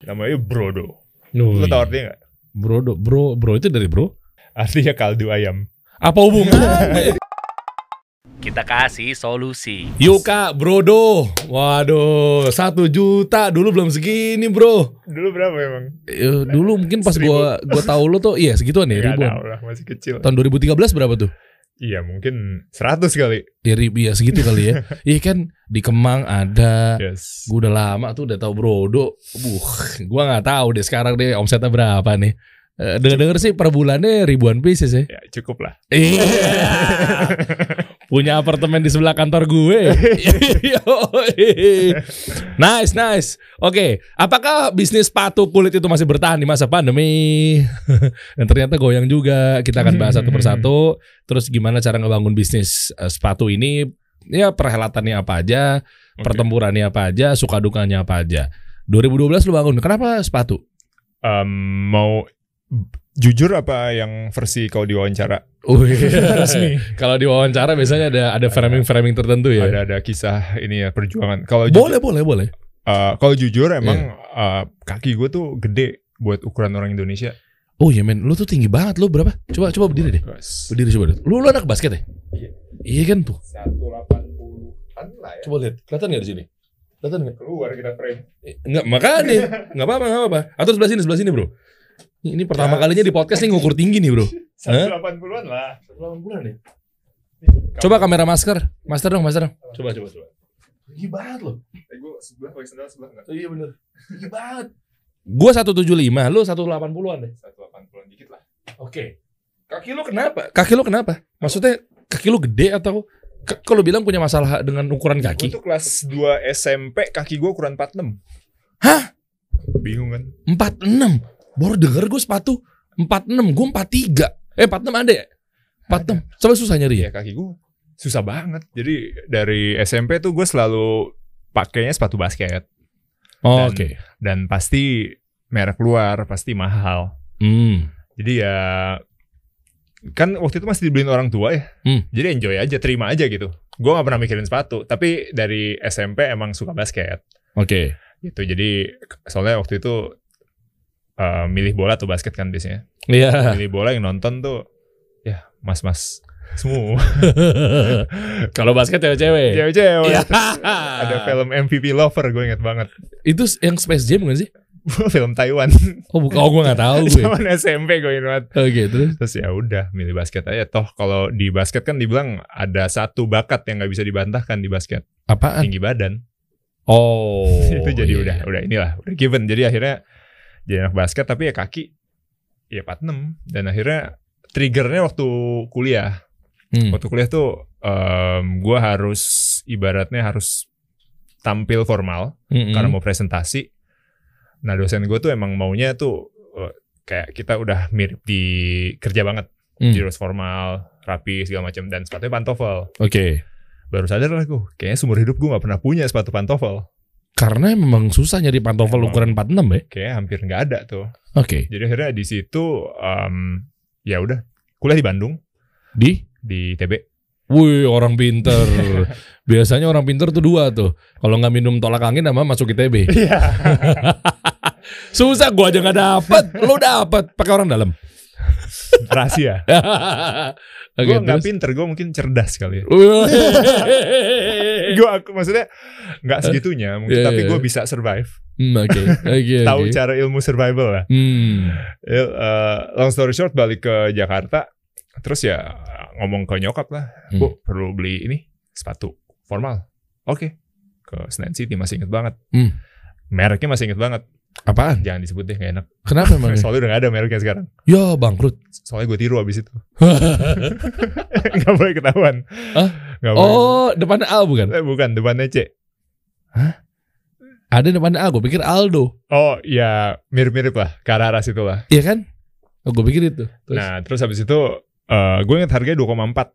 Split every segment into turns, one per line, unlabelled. Namanya brodo.
Nuh,
Lu tau artinya nggak?
bro, do- bro, bro itu dari bro.
Artinya kaldu ayam.
Apa
Iya.
hubungannya?
Kita kasih solusi.
Yuka Brodo. Waduh, satu juta dulu belum segini, Bro.
Dulu berapa emang?
Eh, Dulu mungkin pas
Seribu.
gua gua tahu lo tuh iya segituan ya,
Gak
ribuan.
tau lah, masih kecil.
Tahun 2013 berapa tuh?
Iya mungkin 100 kali.
Ya, ribu, ya segitu kali ya. Iya kan di Kemang
Iya.
ada.
Yes.
Gua udah lama tuh udah tahu Brodo. Buh, gua nggak tahu deh sekarang deh omsetnya berapa nih. Eh, Dengar-dengar sih per bulannya ribuan pieces ya.
Ya cukup lah.
Iya. Punya apartemen di sebelah kantor gue. Yoi. nice, nice. Oke, apakah bisnis sepatu kulit itu masih bertahan di masa pandemi? Dan ternyata goyang juga. Kita akan bahas satu persatu. Terus gimana cara ngebangun bisnis eh, sepatu ini? Ya perhelatannya apa aja,
Oke.
pertempurannya apa aja, suka dukanya apa aja. 2012 lu bangun. Kenapa sepatu?
Em, mau b- jujur apa yang versi kau diwawancara? Resmi.
Kalau diwawancara biasanya ada ada framing-framing tertentu ya.
Ada ada kisah ini ya perjuangan. Kalau ju-
Boleh, Iya. boleh, boleh.
eh, kalau jujur emang eh, kaki gue tuh gede buat ukuran orang Indonesia.
Oh iya men, lu tuh tinggi banget lu berapa? Coba coba berdiri deh.
Yes.
Berdiri coba deh. Lu lu anak basket ya?
Iya.
Iya kan tuh.
180-an lah ya.
Coba lihat. Kelihatan enggak di sini? Kelihatan enggak?
Keluar kita frame.
Enggak, Eh, makanya. Enggak apa-apa, enggak apa-apa. Atau sebelah sini, sebelah sini, Bro. Ini, ini pertama
Ya.
kalinya di podcast nih ngukur tinggi nih, Bro.
180-an lah. 180-an ya?
Coba kamera masker. Master dong, master dong. Coba coba coba. Tinggi banget loh.
Eh, gue sebelah pakai sendal sebelah enggak?
Iya benar. Tinggi banget. Gua 175, lu 180-an deh.
180 dikit lah.
Oke. Kaki lu kenapa? Kaki lu kenapa? Maksudnya kaki lu gede atau K- kalau bilang punya masalah dengan ukuran
Gue
kaki?
tuh kelas 2 SMP kaki gue ukuran 46. Hah? Bingung kan?
46 Baru denger gue sepatu 46 Gue 43 Eh 46 ada ya? 46 Soalnya susah nyari ya?
Iya kaki gue susah banget. Jadi dari SMP tuh gue selalu pakainya sepatu basket
Oh,
Dan- dan pasti merek luar, pasti mahal.
Hmm.
Jadi ya kan waktu itu masih dibeliin orang tua ya.
Hmm.
Jadi enjoy aja, terima aja gitu. Gue gak pernah mikirin sepatu, tapi dari SMP emang suka basket.
Oke
gitu jadi soalnya waktu itu eh, milih bola tuh basket kan biasanya
Iya
milih bola yang nonton tuh ya mas mas semua
Kalau basket cewek-cewek
cewek cewek
Iya.
ada film MVP Lover gue inget banget
Itu s- yang Space Jam bukan sih?
film Taiwan
Oh bukan Oh gue gak tau gue
zaman SMP gue inget banget
Oke terus
terus ya udah milih basket aja toh kalau di basket kan dibilang ada satu bakat yang nggak bisa dibantahkan di basket
Apaan?
tinggi badan
Oh
itu jadi
iya.
udah udah inilah udah given jadi akhirnya jadi anak basket tapi ya kaki ya 46 dan akhirnya triggernya waktu kuliah
Hmm.
waktu kuliah tuh em, gua harus ibaratnya harus tampil formal
Mm-mm.
karena mau presentasi nah dosen gue tuh emang maunya tuh eh, kayak kita udah mirip di kerja banget
Hmm.
jadi harus formal rapi segala macam dan sepatunya pantofel
Oke
baru sadar lah gue kayaknya seumur hidup gue nggak pernah punya sepatu pantofel
Karena memang susah nyari pantofel
Emang.
ukuran 46 ya?
kayaknya hampir nggak ada tuh
Oke
Jadi akhirnya di situ em, ya udah kuliah di Bandung
Di?
di TB.
Wih orang pinter Biasanya orang pinter tuh dua tuh Kalau nggak minum tolak angin sama masuk ITB
Iya.
Susah gua aja nggak dapet Lu dapet pakai orang dalam
Rahasia.
Oke
gue nggak
terus
pinter, gue mungkin cerdas kali ya.
Hmm,
Gue aku maksudnya nggak segitunya, mungkin,
Iya,
tapi
iya.
gue bisa survive,
Hmm, Oke oke
tahu
oke.
cara ilmu survival lah.
Hmm,
Ya, eh, long story short balik ke Jakarta, terus ya ngomong ke nyokap lah,
Hmm.
bu perlu beli ini sepatu formal. Oke, ke Senayan City masih inget banget.
Hmm.
Mereknya masih inget banget,
Apaan?
jangan disebut deh nggak enak.
Kenapa emang?
Soalnya udah gak ada mereknya sekarang.
Ya bangkrut
soalnya gue tiru abis itu nggak boleh ketahuan
Hah?
nggak boleh
Oh depannya Al bukan?
Eh, bukan depannya C
Ada depannya Al Gue pikir Aldo
oh ya mirip-mirip lah ke arah arah situ lah
Iya kan? Oh, gue pikir itu Terus
nah terus abis itu eh gue inget harganya 2,4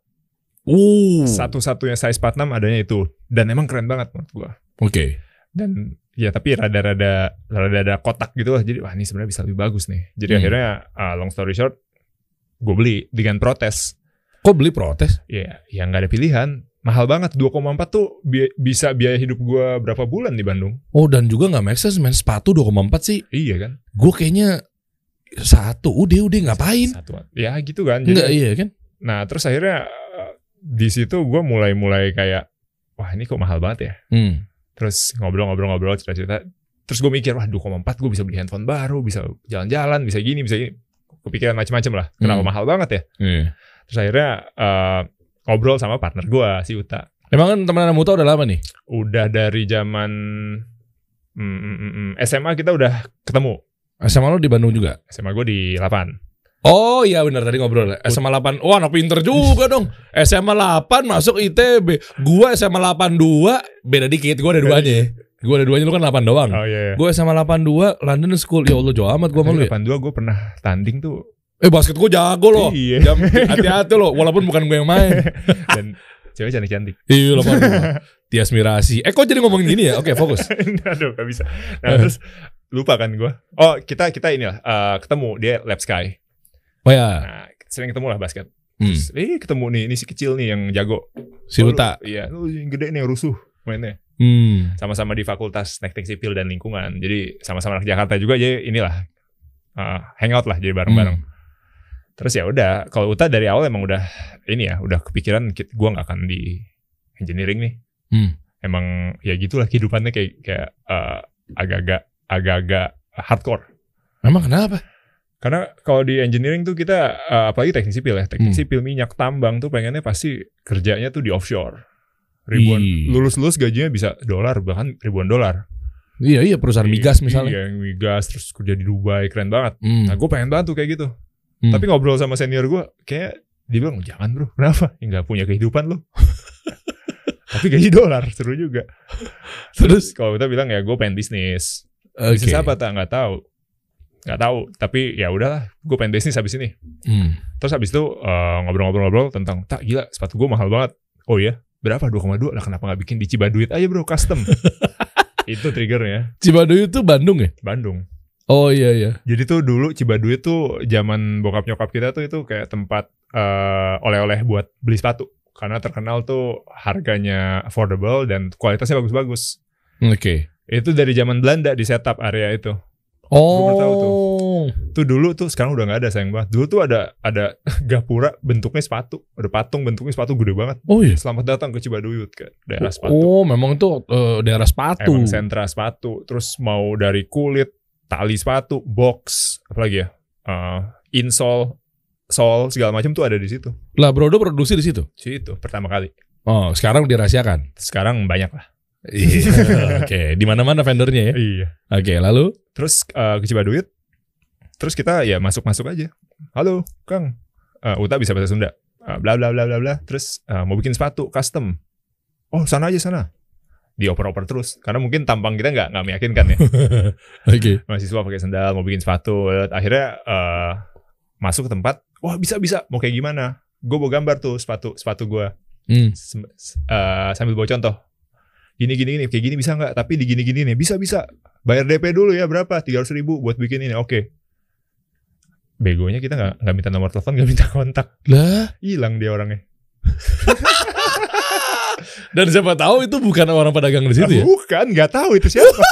Uh,
satu-satunya size 46 adanya itu dan emang keren banget menurut gue
Oke
dan ya tapi rada-rada rada-rada kotak gitu lah jadi wah ini sebenarnya bisa lebih bagus nih jadi
Hmm.
akhirnya eh, long story short gue beli dengan protes
Kok beli protes?
ya ya nggak ada pilihan mahal banget 2,4 tuh bi- bisa biaya hidup gua berapa bulan di Bandung
Oh dan juga nggak make sense men sepatu 2,4 sih.
iya kan
Gue kayaknya satu udah udah ngapain?
satuan ya gitu kan
Enggak
jadi
iya kan?
nah terus akhirnya eh, di situ gua mulai-mulai kayak wah ini kok mahal banget ya
Hmm.
terus ngobrol-ngobrol-ngobrol cerita-cerita terus gue mikir wah 2,4 gue bisa beli handphone baru bisa jalan-jalan bisa gini bisa gini kepikiran macam-macam lah kenapa
Hmm.
mahal banget ya
Iya.
terus akhirnya eh, ngobrol sama partner gue si Uta
Emang kan teman sama Uta udah lama nih?
udah dari zaman mm, mm, mm, mm, SMA kita udah ketemu
Sama lo di Bandung juga?
SMA gue di 8
Oh iya benar tadi ngobrol SMA 8 Wah anak pinter juga dong SMA 8 masuk ITB Gua SMA 82 Beda dikit Gua ada duanya ya. Gua ada duanya lu kan 8 doang
oh iya
Gua SMA 82 London School Ya Allah jauh amat gua malu
Tapi
ya
82 gue pernah tanding tuh
Eh basket gua jago loh
iya
Jam- Hati-hati loh Walaupun bukan gue yang main
dan cewek cantik-cantik
Iya loh Tias Mirasi Eh kok jadi ngomongin gini ya Oke fokus
aduh gak bisa nah terus lupa kan gue oh kita kita inilah eh, ketemu dia lab sky
Oh ya
nah sering ketemu lah basket
hmm.
Terus, eh ketemu nih, ini si kecil nih yang jago.
Si
Oh, lu-
Uta
Iya, lu yang gede nih yang rusuh mainnya.
hmm.
Sama-sama di Fakultas Teknik Sipil dan Lingkungan. Jadi sama-sama anak Jakarta juga jadi inilah eh, hangout lah jadi
Hmm.
bareng-bareng. Terus ya udah, kalau Uta dari awal emang udah ini ya, udah kepikiran ki- gua nggak akan di engineering nih.
Hmm.
Emang ya gitulah kehidupannya kayak kayak eh, agak-agak agak-agak hardcore.
Emang kenapa?
Karena kalau di engineering tuh kita eh, apalagi teknik sipil ya, teknik
Hmm.
sipil minyak tambang tuh pengennya pasti kerjanya tuh di offshore. Ribuan
Ih.
lulus-lulus gajinya bisa dolar bahkan ribuan dolar.
Iya iya perusahaan migas
Iya,
misalnya
Iya, yang migas terus kerja di Dubai keren banget.
Hmm.
Nah, gue pengen banget tuh kayak gitu.
Hmm.
Tapi ngobrol sama senior gue kayak dia bilang jangan bro, kenapa? Ya, Nggak punya kehidupan lo. Tapi gaji dolar seru juga.
Terus
Kalau kita bilang ya gue pengen bisnis.
Oke
Bisnis apa tak nggak tahu. Nggak tahu. Tapi ya udahlah, gue pengen bisnis habis ini.
Hmm.
Terus habis itu eh, ngobrol-ngobrol-ngobrol tentang tak gila sepatu gue mahal banget. Oh iya, berapa 2,2 lah kenapa nggak bikin di Cibaduit aja bro custom. itu triggernya
Cibaduyut tuh Bandung ya?
Bandung.
Oh iya iya.
Jadi tuh dulu Cibaduit tuh zaman bokap nyokap kita tuh itu kayak tempat eh, oleh-oleh buat beli sepatu karena terkenal tuh harganya affordable dan kualitasnya bagus-bagus.
Oke.
Itu dari zaman Belanda di setup area itu.
Oh.
baru tahu tuh. Tuh dulu tuh sekarang udah nggak ada sayang banget. Dulu tuh ada ada gapura bentuknya sepatu, ada patung bentuknya sepatu gede banget.
Oh iya.
Selamat datang ke Cibaduyut ke daerah sepatu.
Oh, memang itu eh, daerah sepatu.
Emang sentra sepatu. Terus mau dari kulit, tali sepatu, box, apalagi ya? Eh, insole, sol segala macam tuh ada di situ.
Lah Brodo produksi di situ.
Situ pertama kali.
Oh, sekarang dirahasiakan.
Sekarang banyak lah.
Iya. Oke, di mana-mana vendornya ya.
Iya.
Oke, lalu
Terus eh, ke Cibaduyut. Terus kita ya masuk-masuk aja. Halo, Kang. Eh, Uta bisa bahasa Sunda. Eh, bla bla bla bla bla. Terus eh, mau bikin sepatu custom. Oh, sana aja sana. Dioper-oper terus karena mungkin tampang kita nggak nggak meyakinkan ya.
Oke.
mahasiswa pakai sendal mau bikin sepatu akhirnya eh, masuk ke tempat wah bisa bisa mau kayak gimana gue mau gambar tuh sepatu sepatu gue
Hmm.
Sem- s- eh, sambil bawa contoh gini gini gini kayak gini bisa nggak tapi di gini gini nih bisa bisa bayar DP dulu ya berapa tiga ribu buat bikin ini oke begonya kita nggak nggak minta nomor telepon nggak minta kontak
Lah,
hilang dia orangnya
dan siapa tahu itu bukan orang pedagang di situ
Ah,
ya.
bukan nggak tahu itu siapa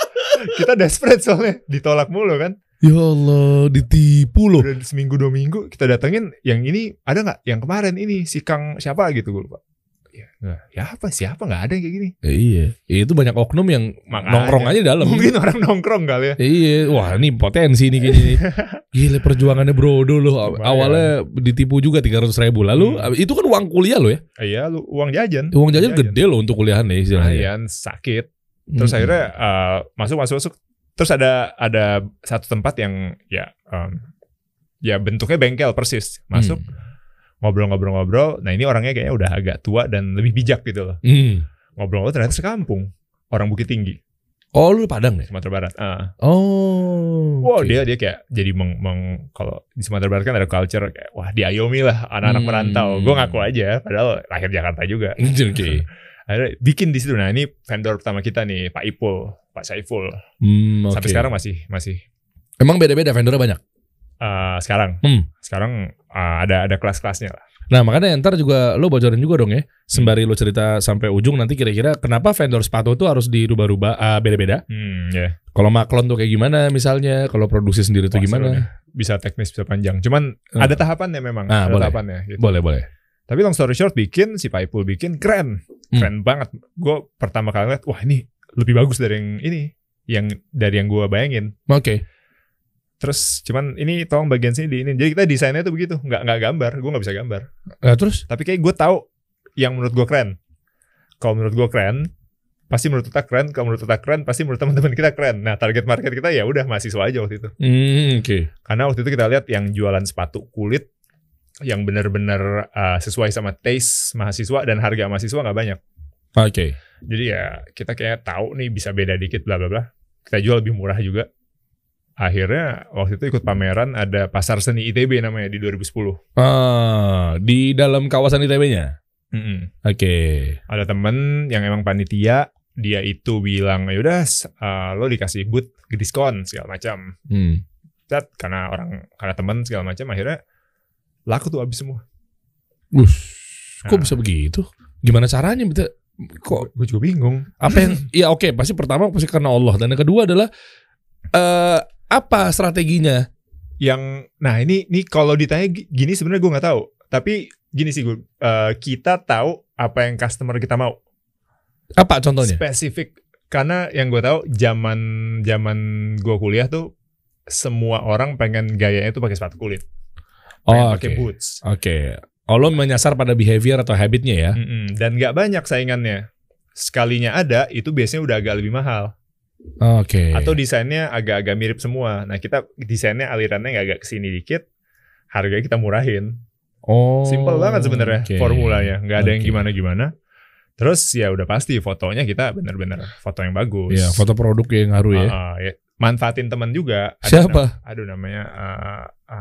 kita desperate soalnya ditolak mulu kan
Ya Allah, ditipu loh.
udah seminggu dua minggu kita datengin yang ini ada nggak yang kemarin ini si Kang siapa gitu gue lupa ya, nggak. ya apa siapa nggak ada yang kayak gini
Eh, iya. Itu banyak oknum yang
Makanya.
nongkrong aja di dalam.
mungkin orang nongkrong kali ya
Iya, wah ini potensi nih kayaknya nih. Gila perjuangannya Brodo loh. Aw-
Lumayan.
Awalnya ditipu juga 300 ribu. Lalu
Hmm.
itu kan uang kuliah loh ya.
Eh, iya lu uang jajan
Uang jajan gede loh untuk kuliahan ya istilahnya. Hmm.
Lumayan, sakit terus
Mm-mm.
akhirnya eh, masuk masuk masuk terus ada ada satu tempat yang ya em, ya bentuknya bengkel persis masuk
Hmm.
ngobrol-ngobrol-ngobrol nah ini orangnya kayaknya udah agak tua dan lebih bijak gitu loh
Hmm.
ngobrol-ngobrol ternyata sekampung orang Bukit Tinggi
Oh lu Padang ya?
Sumatera Barat Ah.
Oh.
Wow
oke.
dia dia kayak jadi meng, meng- kalau di Sumatera Barat kan ada culture kayak wah diayomi lah anak-anak
Hmm.
merantau. Gue ngaku aja padahal lahir Jakarta juga.
Oke.
Akhirnya bikin di situ. Nah ini vendor pertama kita nih Pak Ipul, Pak Saiful.
Hmm, oke.
Sampai sekarang masih masih
Emang beda-beda vendornya banyak.
eh, sekarang
Hmm.
sekarang eh, ada ada kelas-kelasnya lah.
Nah makanya ntar juga lo bocorin juga dong ya Sembari lo cerita sampai ujung nanti kira-kira Kenapa vendor sepatu itu harus dirubah-rubah ah, beda-beda
Hmm, ya.
Kalau maklon tuh kayak gimana misalnya Kalau produksi sendiri
Wah,
tuh
seru
gimana
nih. Bisa teknis, bisa panjang. Cuman
Hmm.
ada tahapannya memang.
Ah,
ada
boleh.
tahapannya. Gitu.
Boleh boleh
Tapi long story short bikin si Paipul bikin keren,
Hmm.
keren banget. Gue pertama kali ngeliat, wah ini lebih bagus dari yang ini, yang dari yang gue bayangin.
Oke
Terus cuman ini tolong bagian sini di ini. Jadi kita desainnya tuh begitu, nggak nggak gambar, gue nggak bisa gambar.
Nah, Terus
Tapi kayak gue tahu yang menurut gue keren. Kalau menurut gue keren, pasti menurut kita keren. Kalau menurut kita keren, pasti menurut teman-teman kita keren. Nah target market kita ya udah mahasiswa aja waktu itu.
Hmm, Oke
Karena waktu itu kita lihat yang jualan sepatu kulit yang benar-benar uh, sesuai sama taste mahasiswa dan harga mahasiswa nggak banyak.
Oke
Jadi ya kita kayak tahu nih bisa beda dikit bla bla bla. Kita jual lebih murah juga. Akhirnya waktu itu ikut pameran ada pasar seni ITB namanya di 2010.
ah, Di dalam kawasan ITB-nya Oke
Ada temen yang emang panitia dia itu bilang ya udah s- uh, lo dikasih booth diskon segala macam.
Hmm.
Tet, karena orang karena temen segala macam akhirnya laku tuh habis semua.
Ush, Kok
Nah.
bisa begitu? Gimana caranya? Bete? Kok
Gue juga bingung.
apa yang ya oke pasti pertama pasti karena Allah dan yang kedua adalah eh apa strateginya
yang nah ini nih kalau ditanya gi- gini sebenarnya gue nggak tahu tapi gini sih gue eh, kita tahu apa yang customer kita mau
apa contohnya
spesifik karena yang gue tahu zaman zaman gue kuliah tuh semua orang pengen gayanya tuh pakai sepatu kulit pengen
oh oke
pakai boots
oke Allah menyasar pada behavior atau habitnya ya
Mm-mm. dan nggak banyak saingannya sekalinya ada itu biasanya udah agak lebih mahal
oke
atau desainnya agak-agak mirip semua nah kita desainnya alirannya nggak agak kesini dikit harganya kita murahin
oh
Simple banget sebenarnya
oke.
formulanya, nggak ada yang
Oke.
gimana-gimana. Terus ya udah pasti fotonya kita bener-bener foto yang bagus.
Iya, foto produk yang ngaruh ya
Ah, ah, ya. Manfaatin teman juga.
siapa
nam- aduh namanya,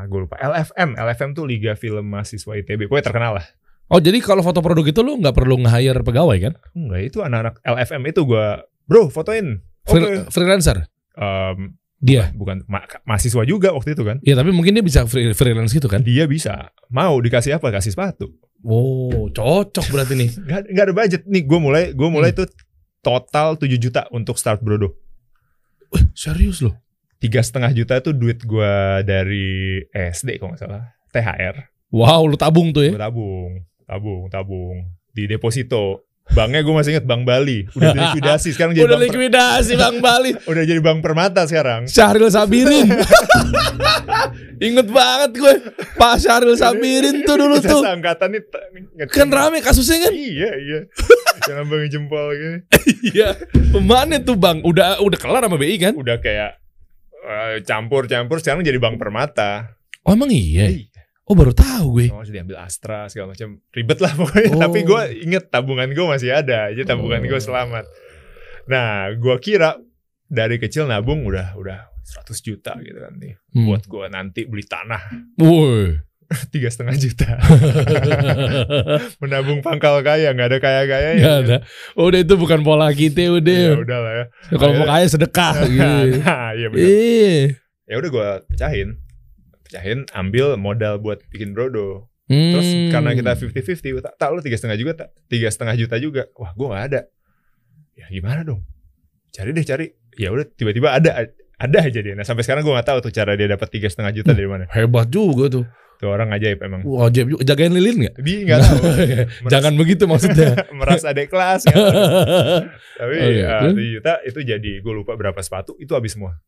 gue lupa. LFM, LFM tuh Liga Film Mahasiswa ITB. Pokoknya terkenal lah.
oh jadi kalau foto produk itu lu nggak perlu nge-hire pegawai kan
Enggak, Hmm, itu anak-anak LFM itu gue, bro fotoin. Oke.
Free- freelancer
Em,
dia
bukan ma- mahasiswa juga waktu itu kan.
ya tapi mungkin dia bisa free- freelance gitu kan
Dia bisa, mau dikasih apa? Kasih sepatu.
oh cocok berarti nih
Gak, nggak ada budget. Nih gue mulai, gue mulai tuh total 7 juta untuk start Brodo.
serius loh
tiga setengah juta tuh duit gua dari SD kalau nggak salah THR
wow lu tabung tuh ya
Gua tabung tabung tabung di deposito banknya gua masih inget Bank Bali udah likuidasi sekarang jadi
udah
bank per-
likuidasi bang Bali
udah jadi bank permata sekarang
Syahril Sabirin. Ingat banget gue. Pak Syahril Sabirin tuh dulu
Kita
tuh.
seangkatan nih t- nge-
Kan rame kasusnya kan?
iya iya jangan bangin jempol gini
Iya. Mana tuh Bang? Udah udah kelar sama BI kan?
udah kayak eh, campur-campur sekarang jadi bank permata
Oh emang iya.
Iya.
Oh baru tahu gue.
Oh, masih diambil Astra segala macam ribet lah pokoknya
Oh.
tapi gue inget tabungan gue masih ada jadi tabungan gue selamat nah gue kira dari kecil nabung udah udah 100 juta gitu kan nih
Hmm.
buat gue nanti beli tanah
Woi.
tiga setengah juta menabung pangkal kaya nggak ada kaya kaya
Gak ada. Udah itu bukan pola kita
ya
udah.
udah lah ya
Kalau mau kaya sedekah gitu.
nah iya benar
Iya.
ya udah gue pecahin pecahin ambil modal buat bikin brodo
Hmm.
Terus karena kita 50-50, tak, tak lu tiga setengah juga, tak tiga setengah juta juga. Wah, gue nggak ada. Ya gimana dong? Cari deh, cari. Ya udah, tiba-tiba ada, ada aja dia. Nah sampai sekarang gue nggak tahu tuh cara dia dapat tiga setengah
Hmm.
juta dari mana.
hebat juga tuh.
Tuh orang ajaib emang.
Wah, ajaib juga. jagain lilin nggak?
Bi nggak tahu. Merasa-
Uh. Jangan begitu maksudnya.
merasa ada kelas. nggak tahu. Tapi
Oh, iya.
eh,
Terus?
3 juta itu jadi gue lupa berapa sepatu itu habis semua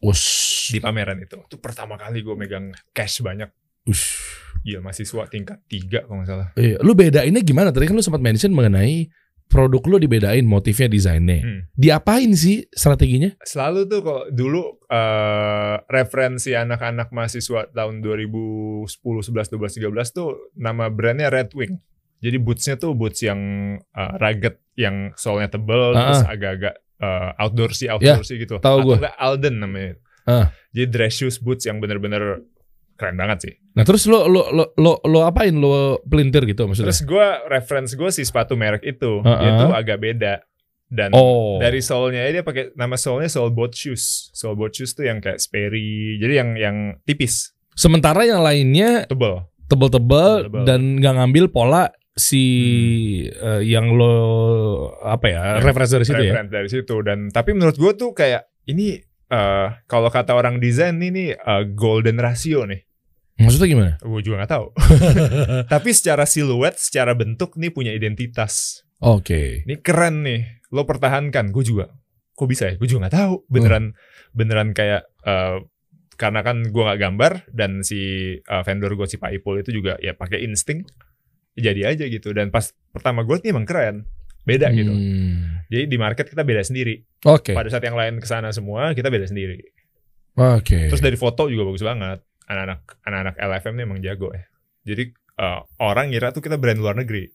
Ush.
di pameran itu. Itu pertama kali gue megang cash banyak.
Ush.
Iya mahasiswa tingkat tiga kalau nggak salah.
Iya, lu bedainnya gimana? Tadi kan lu sempat mention mengenai produk lu dibedain motifnya desainnya.
Hmm.
Diapain sih strateginya?
selalu tuh kalau dulu eh, referensi anak-anak mahasiswa tahun 2010, 11, 12, 13 tuh nama brandnya Red Wing. Jadi bootsnya tuh boots yang eh, rugged, yang solnya tebel, terus agak-agak eh, outdoorsy, outdoorsy gitu.
Ah, Ya, tahu
Atau
gua.
nggak Alden namanya.
Ah.
Jadi dress shoes boots yang bener-bener keren banget sih.
Nah terus lo lo lo lo, lo apain lo pelintir gitu maksudnya?
Terus gua reference gue si sepatu merek itu,
Ah,
dia
ah.
tuh agak beda dan
oh.
dari soulnya dia pakai nama soulnya soul boat shoes soul boat shoes tuh yang kayak Sperry jadi yang yang tipis
Sementara yang lainnya
tebel
tebel-tebel
Tebel-tebel. Hmm.
dan nggak ngambil pola si eh, yang lo apa ya
Yang
referensi dari situ ya
reference dari situ dan tapi menurut gue tuh kayak ini eh, kalau kata orang desain ini nih eh, golden ratio nih
maksudnya gimana
gue juga nggak tahu tapi secara siluet secara bentuk nih punya identitas
oke
ini keren nih lo pertahankan gue juga kok bisa ya gue juga nggak tahu beneran beneran kayak eh, karena kan gue nggak gambar dan si eh, vendor gue si Pak Ipul itu juga ya pakai insting jadi aja gitu dan pas pertama gue nih emang keren beda gitu
Hmm.
jadi di market kita beda sendiri
oke
pada saat yang lain kesana semua kita beda sendiri
oke
terus dari foto juga bagus banget anak-anak anak-anak LFM nih emang jago ya jadi eh, orang ngira tuh kita brand luar negeri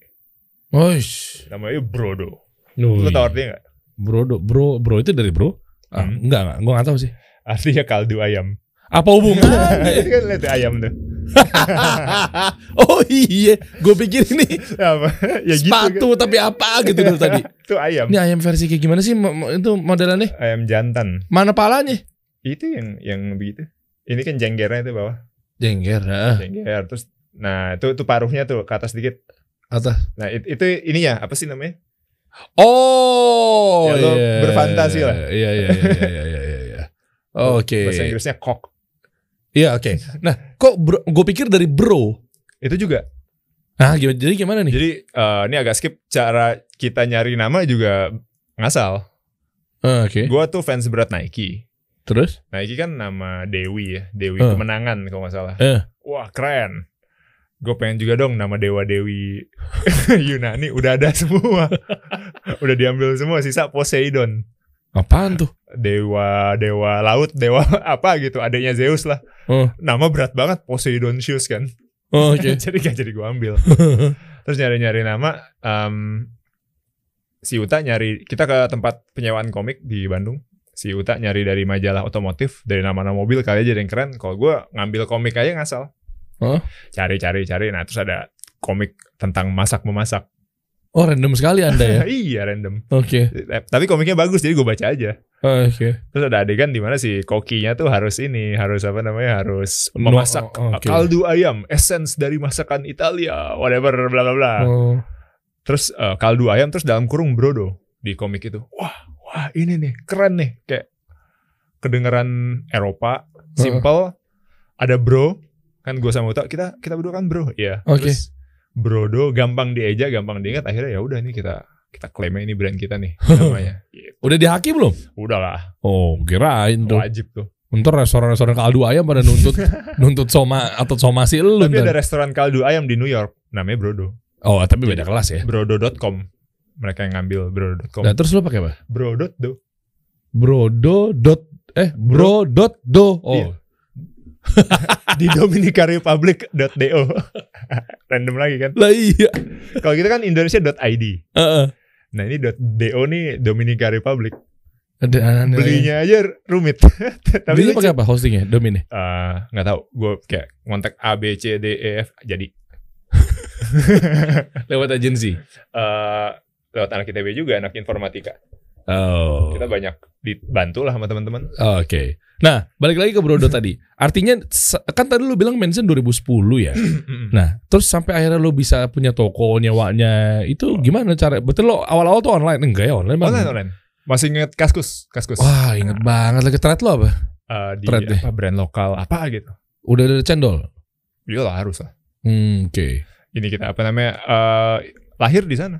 Oish.
namanya Brodo
Nui.
lo tau artinya nggak
bro do- bro bro itu dari bro ah,
Hmm.
enggak enggak gua nggak tahu sih
artinya kaldu ayam
apa hubungannya
itu kan lihat tuh ayam tuh
oh iya gue pikir ini
apa ya gitu
sepatu tapi apa gitu dulu tadi
kan. itu ayam
ini ayam versi kayak gimana sih Mo- mo- itu modelannya
ayam jantan
mana palanya
itu yang yang begitu ini kan jenggernya itu bawah
jengger ah.
jengger terus nah itu itu paruhnya tuh ke atas dikit
atas
nah it- itu ininya apa sih namanya
oh
Ya, lo
iya.
berfantasi lah.
iya iya iya iya iya iya, iya. oke
bahasa Inggrisnya cock
iya oke nah kok gue pikir dari bro
itu juga
nah gimana jadi gimana nih
Jadi eh, ini agak skip cara kita nyari nama juga ngasal.
Ah, oke
Gua tuh fans berat Nike.
terus
Nike kan nama Dewi ya, Dewi
Eh.
kemenangan kalau nggak salah.
Eh.
Wah keren. Gue pengen juga dong nama dewa dewi Yunani udah ada semua, udah diambil semua sisa Poseidon,
apaan tuh
dewa dewa laut, dewa apa gitu, adanya Zeus lah.
Oh.
Nama berat banget Poseidon Zeus kan.
Oh, oke
jadi gak jadi gue ambil terus nyari-nyari nama em, si Uta nyari kita ke tempat penyewaan komik di Bandung si Uta nyari dari majalah otomotif dari nama-nama mobil kali aja ada yang keren kalau gue ngambil komik aja ngasal
Huh?
cari-cari cari nah terus ada komik tentang masak memasak
oh random sekali anda ya
iya random
oke
Eh, tapi komiknya bagus jadi gue baca aja
Ah, oke
terus ada adegan di mana si kokinya tuh harus ini harus apa namanya harus
No,
memasak
oh, oke.
kaldu ayam essence dari masakan Italia whatever bla bla bla
Oh.
terus eh, kaldu ayam terus dalam kurung brodo di komik itu wah wah ini nih keren nih kayak kedengeran Eropa simple ada bro kan gue sama Uta kita kita berdua kan bro ya
Oke.
terus brodo gampang dieja gampang diingat akhirnya ya udah nih kita kita klaim ini brand kita nih namanya Gitu.
Udah dihaki belum?
udahlah
Oh, kirain tuh.
wajib tuh
Ntar restoran-restoran kaldu ayam pada nuntut nuntut soma atau somasi lu.
tapi ada
ntar.
restoran kaldu ayam di New York namanya brodo
Oh, tapi beda kelas ya.
brodo.com mereka yang ngambil brodo.com
Nah, terus lu pakai apa?
brodo do
Brodo dot eh bro dot do.
Iya.
Oh.
di dominicarepublic.do random lagi kan
Lah iya.
kalau kita kan indonesia.id
Heeh.
nah ini .do nih Dominica Republic
Ada aneh.
belinya aja rumit tapi
Tapi lu
lucu.
pakai apa hostingnya? Domine.
Eh, nggak tahu gue kayak kontak A B C D E F jadi
Lewat agensi.
eh lewat anak ITB juga anak informatika
Oh.
kita banyak dibantu lah sama teman-teman
Oke. Nah, balik lagi ke Brodo tadi. Artinya se- kan tadi lu bilang mention 2010 ya. Nah, terus sampai akhirnya lu bisa punya toko nyewanya. Itu gimana cara? Betul lo awal-awal tuh online enggak ya online? Bang?
Oh. online online masih inget kaskus kaskus
Wah, inget banget lagi thread lo apa?
Eh, di
Thread deh.
apa, brand lokal apa gitu
Udah ada cendol.
iyalah harus lah
Hmm, oke.
ini kita apa namanya eh lahir di sana.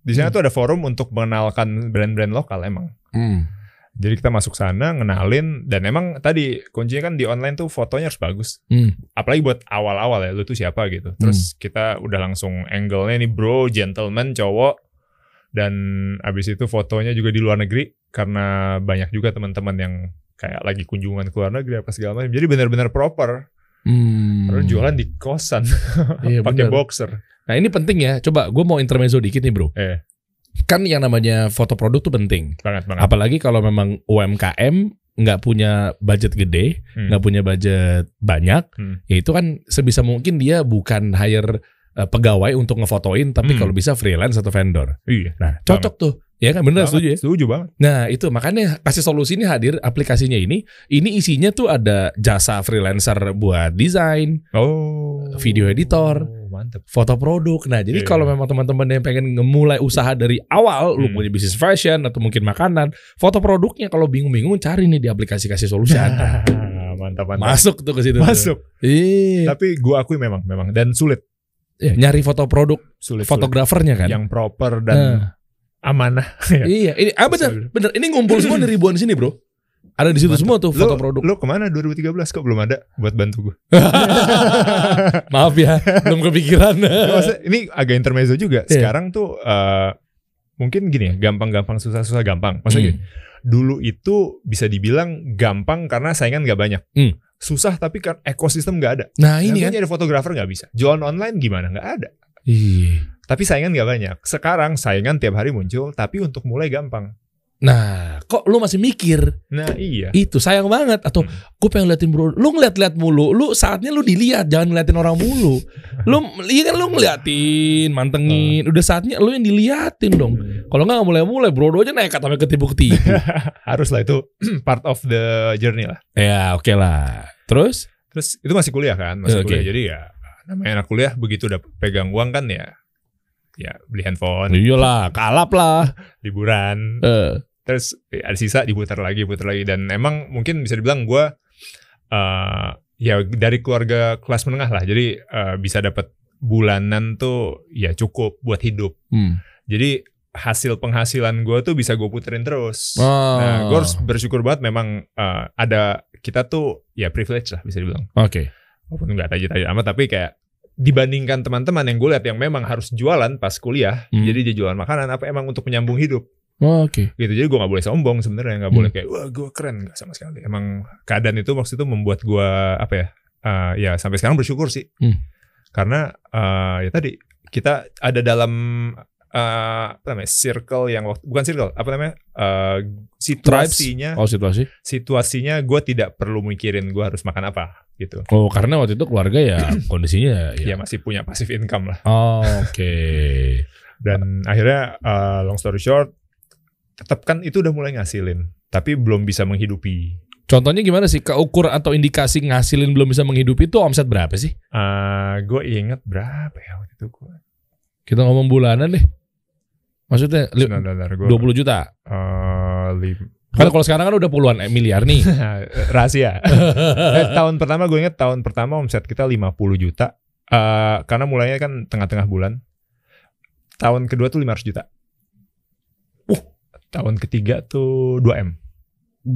Di sana
Hmm.
tuh ada forum untuk mengenalkan brand-brand lokal emang.
Hmm.
Jadi kita masuk sana, ngenalin dan emang tadi kuncinya kan di online tuh fotonya harus bagus.
Hmm.
Apalagi buat awal-awal ya, lu tuh siapa gitu. Terus kita udah langsung angle-nya nih bro, gentleman, cowok. Dan abis itu fotonya juga di luar negeri karena banyak juga teman-teman yang kayak lagi kunjungan ke luar negeri apa segala macam. Jadi benar-benar proper.
Hmm.
Lalu jualan di kosan,
Iya,
pakai
benar.
boxer.
Nah, ini penting ya. Coba gue mau intermezzo dikit nih, Bro.
Eh.
Kan yang namanya foto produk tuh penting.
Banget banget.
Apalagi kalau memang UMKM nggak punya budget gede,
Hmm.
nggak punya budget banyak,
Hmm.
ya itu kan sebisa mungkin dia bukan hire eh, pegawai untuk ngefotoin, tapi
Hmm.
kalau bisa freelance atau vendor.
Iya.
Nah, cocok tuh Ya kan bener
Banget,
setuju ya.
Setuju banget.
Nah itu makanya kasih solusi ini hadir aplikasinya ini. Ini isinya tuh ada jasa freelancer buat desain,
Oh.
Video editor.
Oh, mantep.
foto produk. Nah jadi
Iya.
kalau memang teman-teman yang pengen ngemulai usaha dari awal, lu
Hmm.
punya bisnis fashion atau mungkin makanan, foto produknya kalau bingung-bingung cari nih di aplikasi kasih solusi. Anda.
Ah, mantap mantap.
Masuk tuh ke situ. tuh.
Masuk.
Iya.
Tapi gua akui memang memang dan sulit.
Ya, nyari foto produk
Sulit. sulit.
fotografernya kan.
yang proper dan
Nah.
amanah.
Iya, ini ah benar,
Sorry.
benar. Ini ngumpul semua di ribuan sini, Bro. Ada di situ
Mantap.
semua tuh foto
Lo,
produk.
lo kemana 2013 kok belum ada buat bantu gue?
Maaf ya, belum kepikiran.
ini agak intermezzo juga.
Iya.
Sekarang tuh eh, mungkin gini ya, gampang-gampang susah-susah gampang.
Hmm.
Maksudnya gini, dulu itu bisa dibilang gampang karena saingan nggak banyak.
Hmm.
Susah tapi kan ekosistem nggak ada.
Nah,
Yang
ini kan.
punya ada fotografer nggak bisa. Jualan online gimana nggak ada.
Ih.
Tapi saingan nggak banyak. Sekarang saingan tiap hari muncul, tapi untuk mulai gampang.
Nah, kok lu masih mikir
Nah iya.
itu sayang banget
Hmm.
atau gue pengen liatin bro lu ngeliat-liat mulu lu saatnya lu dilihat jangan ngeliatin orang mulu lu iya kan lu ngeliatin mantengin
Hmm.
udah saatnya lu yang diliatin dong kalau nggak nggak mulai-mulai bro aja nekat sampai ketipu-ketipu
Haruslah itu part of the journey lah.
ya oke lah terus
Terus itu masih kuliah kan, masih
Oke.
kuliah. Jadi ya namanya anak kuliah begitu udah pegang uang kan ya, ya beli
Iya.
handphone,
iyalah kalap lah
liburan,
Eh,
terus ya, ada sisa diputar lagi, putar lagi. Dan emang mungkin bisa dibilang gue eh ya dari keluarga kelas menengah lah, jadi eh, bisa dapat bulanan tuh ya cukup buat hidup.
hmm.
Jadi hasil penghasilan gue tuh bisa gue puterin terus.
Oh.
Nah, gue harus bersyukur banget memang eh, ada kita tuh ya privilege lah bisa dibilang.
Oke.
walaupun nggak tajir-tajir amat tapi kayak dibandingkan teman-teman yang gue lihat yang memang harus jualan pas kuliah
Hmm.
jadi dia jualan makanan apa emang untuk menyambung hidup
Oke.
gitu jadi gue nggak boleh sombong sebenarnya nggak
Hmm.
boleh kayak wah gue keren nggak sama sekali emang keadaan itu waktu itu membuat gue apa ya eh, ya sampai sekarang bersyukur sih
Hmm.
karena eh, ya tadi kita ada dalam eh, apa namanya circle yang waktu bukan circle apa namanya eh, situasinya
Oh situasi.
situasinya gue tidak perlu mikirin gue harus makan apa gitu
Oh karena waktu itu keluarga ya kondisinya ya.
ya masih punya passive income lah
Oh, Oke.
dan akhirnya uh, long story short tetap kan itu udah mulai ngasilin tapi belum bisa menghidupi
Contohnya gimana sih keukur atau indikasi ngasilin belum bisa menghidupi itu omset berapa sih?
gue Eh, inget berapa ya waktu itu gue
Kita ngomong bulanan deh. Maksudnya li-
nah, nah, nah, gua,
20 juta.
uh, lim-
Karena kalau sekarang kan udah puluhan eh, miliar nih.
rahasia Eh, tahun pertama gue inget tahun pertama omset kita 50 juta Uh, karena mulainya kan tengah-tengah bulan tahun kedua tuh 500 juta uh tahun ketiga tuh 2 m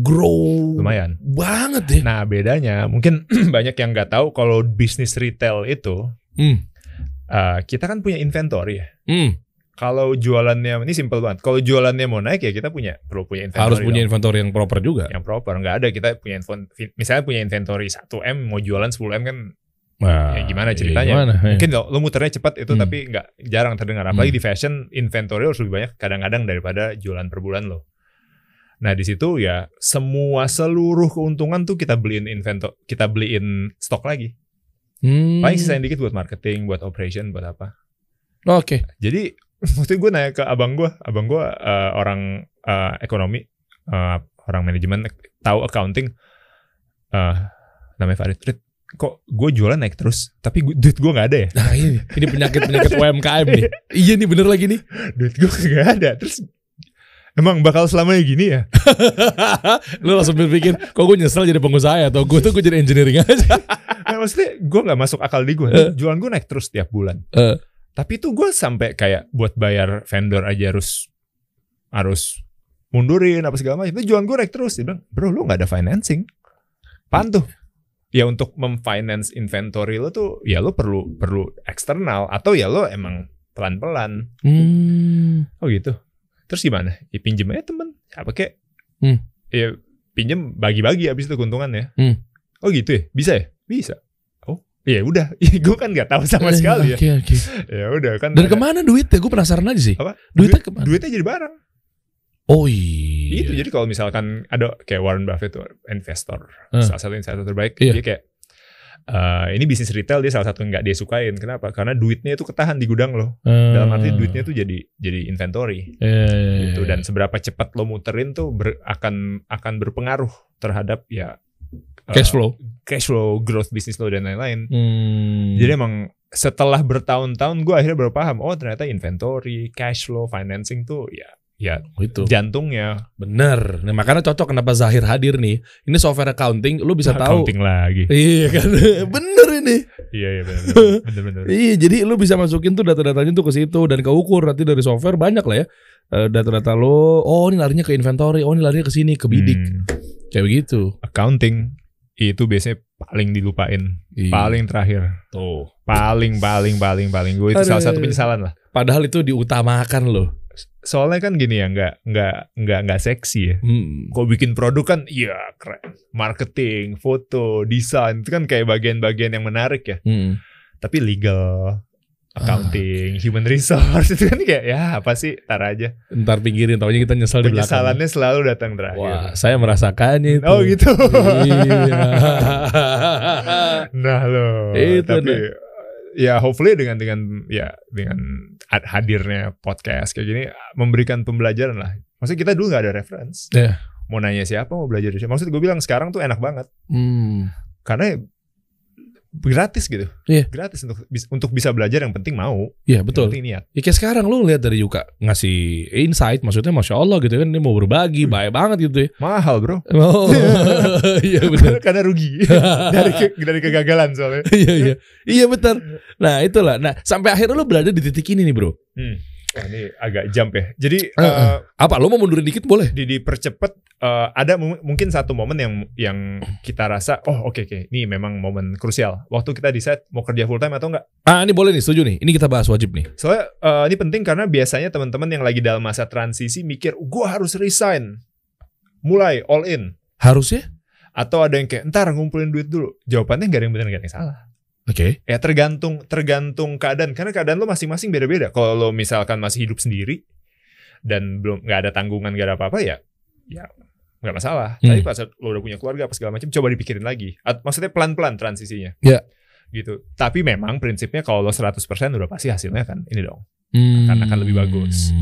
Grow
lumayan
banget deh.
Nah bedanya mungkin banyak yang nggak tahu kalau bisnis retail itu
Hmm.
eh, kita kan punya inventory ya.
Hmm.
Kalau jualannya ini simple banget. Kalau jualannya mau naik ya kita punya perlu punya inventory.
Harus punya
dong. Ya,
inventory yang proper juga.
yang proper nggak ada kita punya infon- misalnya punya inventory 1 m mau jualan 10 m kan
Nah,
Ya, gimana
iya,
ceritanya?
Gimana? Ya.
mungkin lo, lo muternya cepat itu
Hmm.
tapi nggak jarang terdengar apalagi di fashion inventory harus lebih banyak kadang-kadang daripada jualan per bulan lo nah di situ ya semua seluruh keuntungan tuh kita beliin invento kita beliin stok lagi
Hmm.
Paling sisain dikit buat marketing, buat operation, buat apa.
Oke.
Jadi waktu itu gue nanya ke abang gue, abang gue eh, orang eh, ekonomi, eh, orang manajemen, tahu accounting. Eh, namanya Farid. Rit, kok gue jualan naik terus, tapi gua- duit gue nggak ada ya.
Nah ini, ini penyakit-penyakit UMKM nih. Iya nih bener lagi nih.
Duit gue nggak ada. Terus emang bakal selamanya gini ya?
Lu langsung berpikir, kok gue nyesel jadi pengusaha ya? Atau gue tuh gue jadi engineering aja.
Nah, maksudnya gue nggak masuk akal di gue. Jualan gue naik terus tiap bulan.
Eh.
Tapi tuh gue sampai kayak buat bayar vendor aja harus harus mundurin apa segala macam. Itu jualan gue naik terus. Dia bilang, bro lu nggak ada financing. Pantuh. Ya untuk memfinance inventory lo tuh ya lo perlu perlu eksternal atau ya lo emang pelan-pelan.
Hmm.
Oh gitu. Terus gimana? Ya pinjem aja temen. Apa kek?
Hmm.
Ya pinjem bagi-bagi abis itu keuntungannya.
Hmm.
Oh gitu ya? Bisa ya? Bisa. Oh ya udah. gue kan nggak tahu sama sekali ya.
Oke, oke.
Ya udah kan.
Iya, Dan
ada-
kemana duitnya? Gue penasaran aja sih.
Apa?
Duitnya kemana?
Duitnya jadi barang.
Oh iya.
Itu jadi kalau misalkan ada kayak Warren Buffett tuh investor,
Eh.
salah satu investor terbaik,
Iya.
dia kayak eh, ini bisnis retail dia salah satu yang nggak dia sukain. Kenapa? Karena duitnya itu ketahan di gudang loh.
Eh,
Dalam arti
Ah.
duitnya tuh jadi jadi inventory
iya,
gitu. Dan seberapa cepat lo muterin tuh ber- akan akan berpengaruh terhadap ya eh,
cash flow.
cash flow, growth bisnis lo dan lain-lain.
Hmm.
Jadi emang setelah bertahun-tahun gue akhirnya baru paham. Oh ternyata inventory, cash flow, financing tuh ya ya
Oh, itu
jantungnya.
bener. Nah, makanya cocok kenapa Zahir hadir nih. Ini software accounting, lu bisa tahu.
Accounting lagi.
Iya kan, bener ini.
Iya iya benar benar.
Iya, jadi lu bisa masukin tuh data-datanya tuh ke situ dan keukur nanti dari software banyak lah ya. Eh, data-data lo, oh ini larinya ke inventory, oh ini larinya ke sini ke bidik,
Hmm,
kayak begitu.
accounting itu biasanya paling dilupain,
Iya.
paling terakhir,
tuh.
paling paling paling paling gue itu salah
Aduh.
satu penyesalan lah.
Padahal itu diutamakan loh.
Soalnya kan gini ya, nggak nggak nggak nggak seksi ya.
Hmm.
Kok bikin produk kan, iya keren. Marketing, foto, desain itu kan kayak bagian-bagian yang menarik ya.
Hmm.
Tapi legal, accounting, human resource itu kan kayak ya apa sih, tar aja.
Ntar pinggirin, taunya kita nyesal di belakang.
Penyesalannya selalu datang terakhir.
Wah, saya merasakannya itu.
Oh gitu.
Iya.
Nah loh,
Itu
tapi
dah.
ya hopefully dengan dengan ya dengan ad- hadirnya podcast kayak gini memberikan pembelajaran lah. Maksudnya kita dulu nggak ada reference.
Iya.
Mau nanya siapa mau belajar dari siapa. Maksud gue bilang sekarang tuh enak banget
Hmm.
karena gratis gitu.
Iya.
Gratis untuk bis- untuk bisa belajar yang penting mau.
Iya
Yang
betul.
penting niat.
Ya kayak sekarang lu lihat dari Yuka ngasih insight, maksudnya masya Allah gitu kan dia mau
Hmm.
berbagi, baik banget gitu ya.
Mahal bro.
Oh, iya benar.
karena rugi dari ke- dari kegagalan soalnya.
Iya iya, iya benar. Nah itulah. Nah sampai akhirnya lu berada di titik ini nih bro.
Wah, Nah, ini agak jump ya. Jadi
Heeh.
eh,
Apa lu mau mundurin dikit boleh?
di dipercepat eh, ada mu- mungkin satu momen yang yang kita rasa oh oke oke ini memang momen krusial waktu kita decide mau kerja full time atau enggak
Ah ini boleh nih, setuju nih. Ini kita bahas wajib nih.
soalnya eh, ini penting karena biasanya teman-teman yang lagi dalam masa transisi mikir gua harus resign mulai all in
Harusnya?
atau ada yang kayak ntar ngumpulin duit dulu jawabannya nggak ada yang benar nggak ada yang salah
Oke.
ya tergantung tergantung keadaan karena keadaan lo masing-masing beda-beda kalau lo misalkan masih hidup sendiri dan belum nggak ada tanggungan nggak ada apa-apa ya ya nggak masalah
Hmm.
tapi pas lo udah punya keluarga apa segala macam coba dipikirin lagi At- maksudnya pelan-pelan transisinya
Ya.
gitu tapi memang prinsipnya kalau lo 100% udah pasti hasilnya kan ini dong
Hmm.
Karena akan lebih bagus.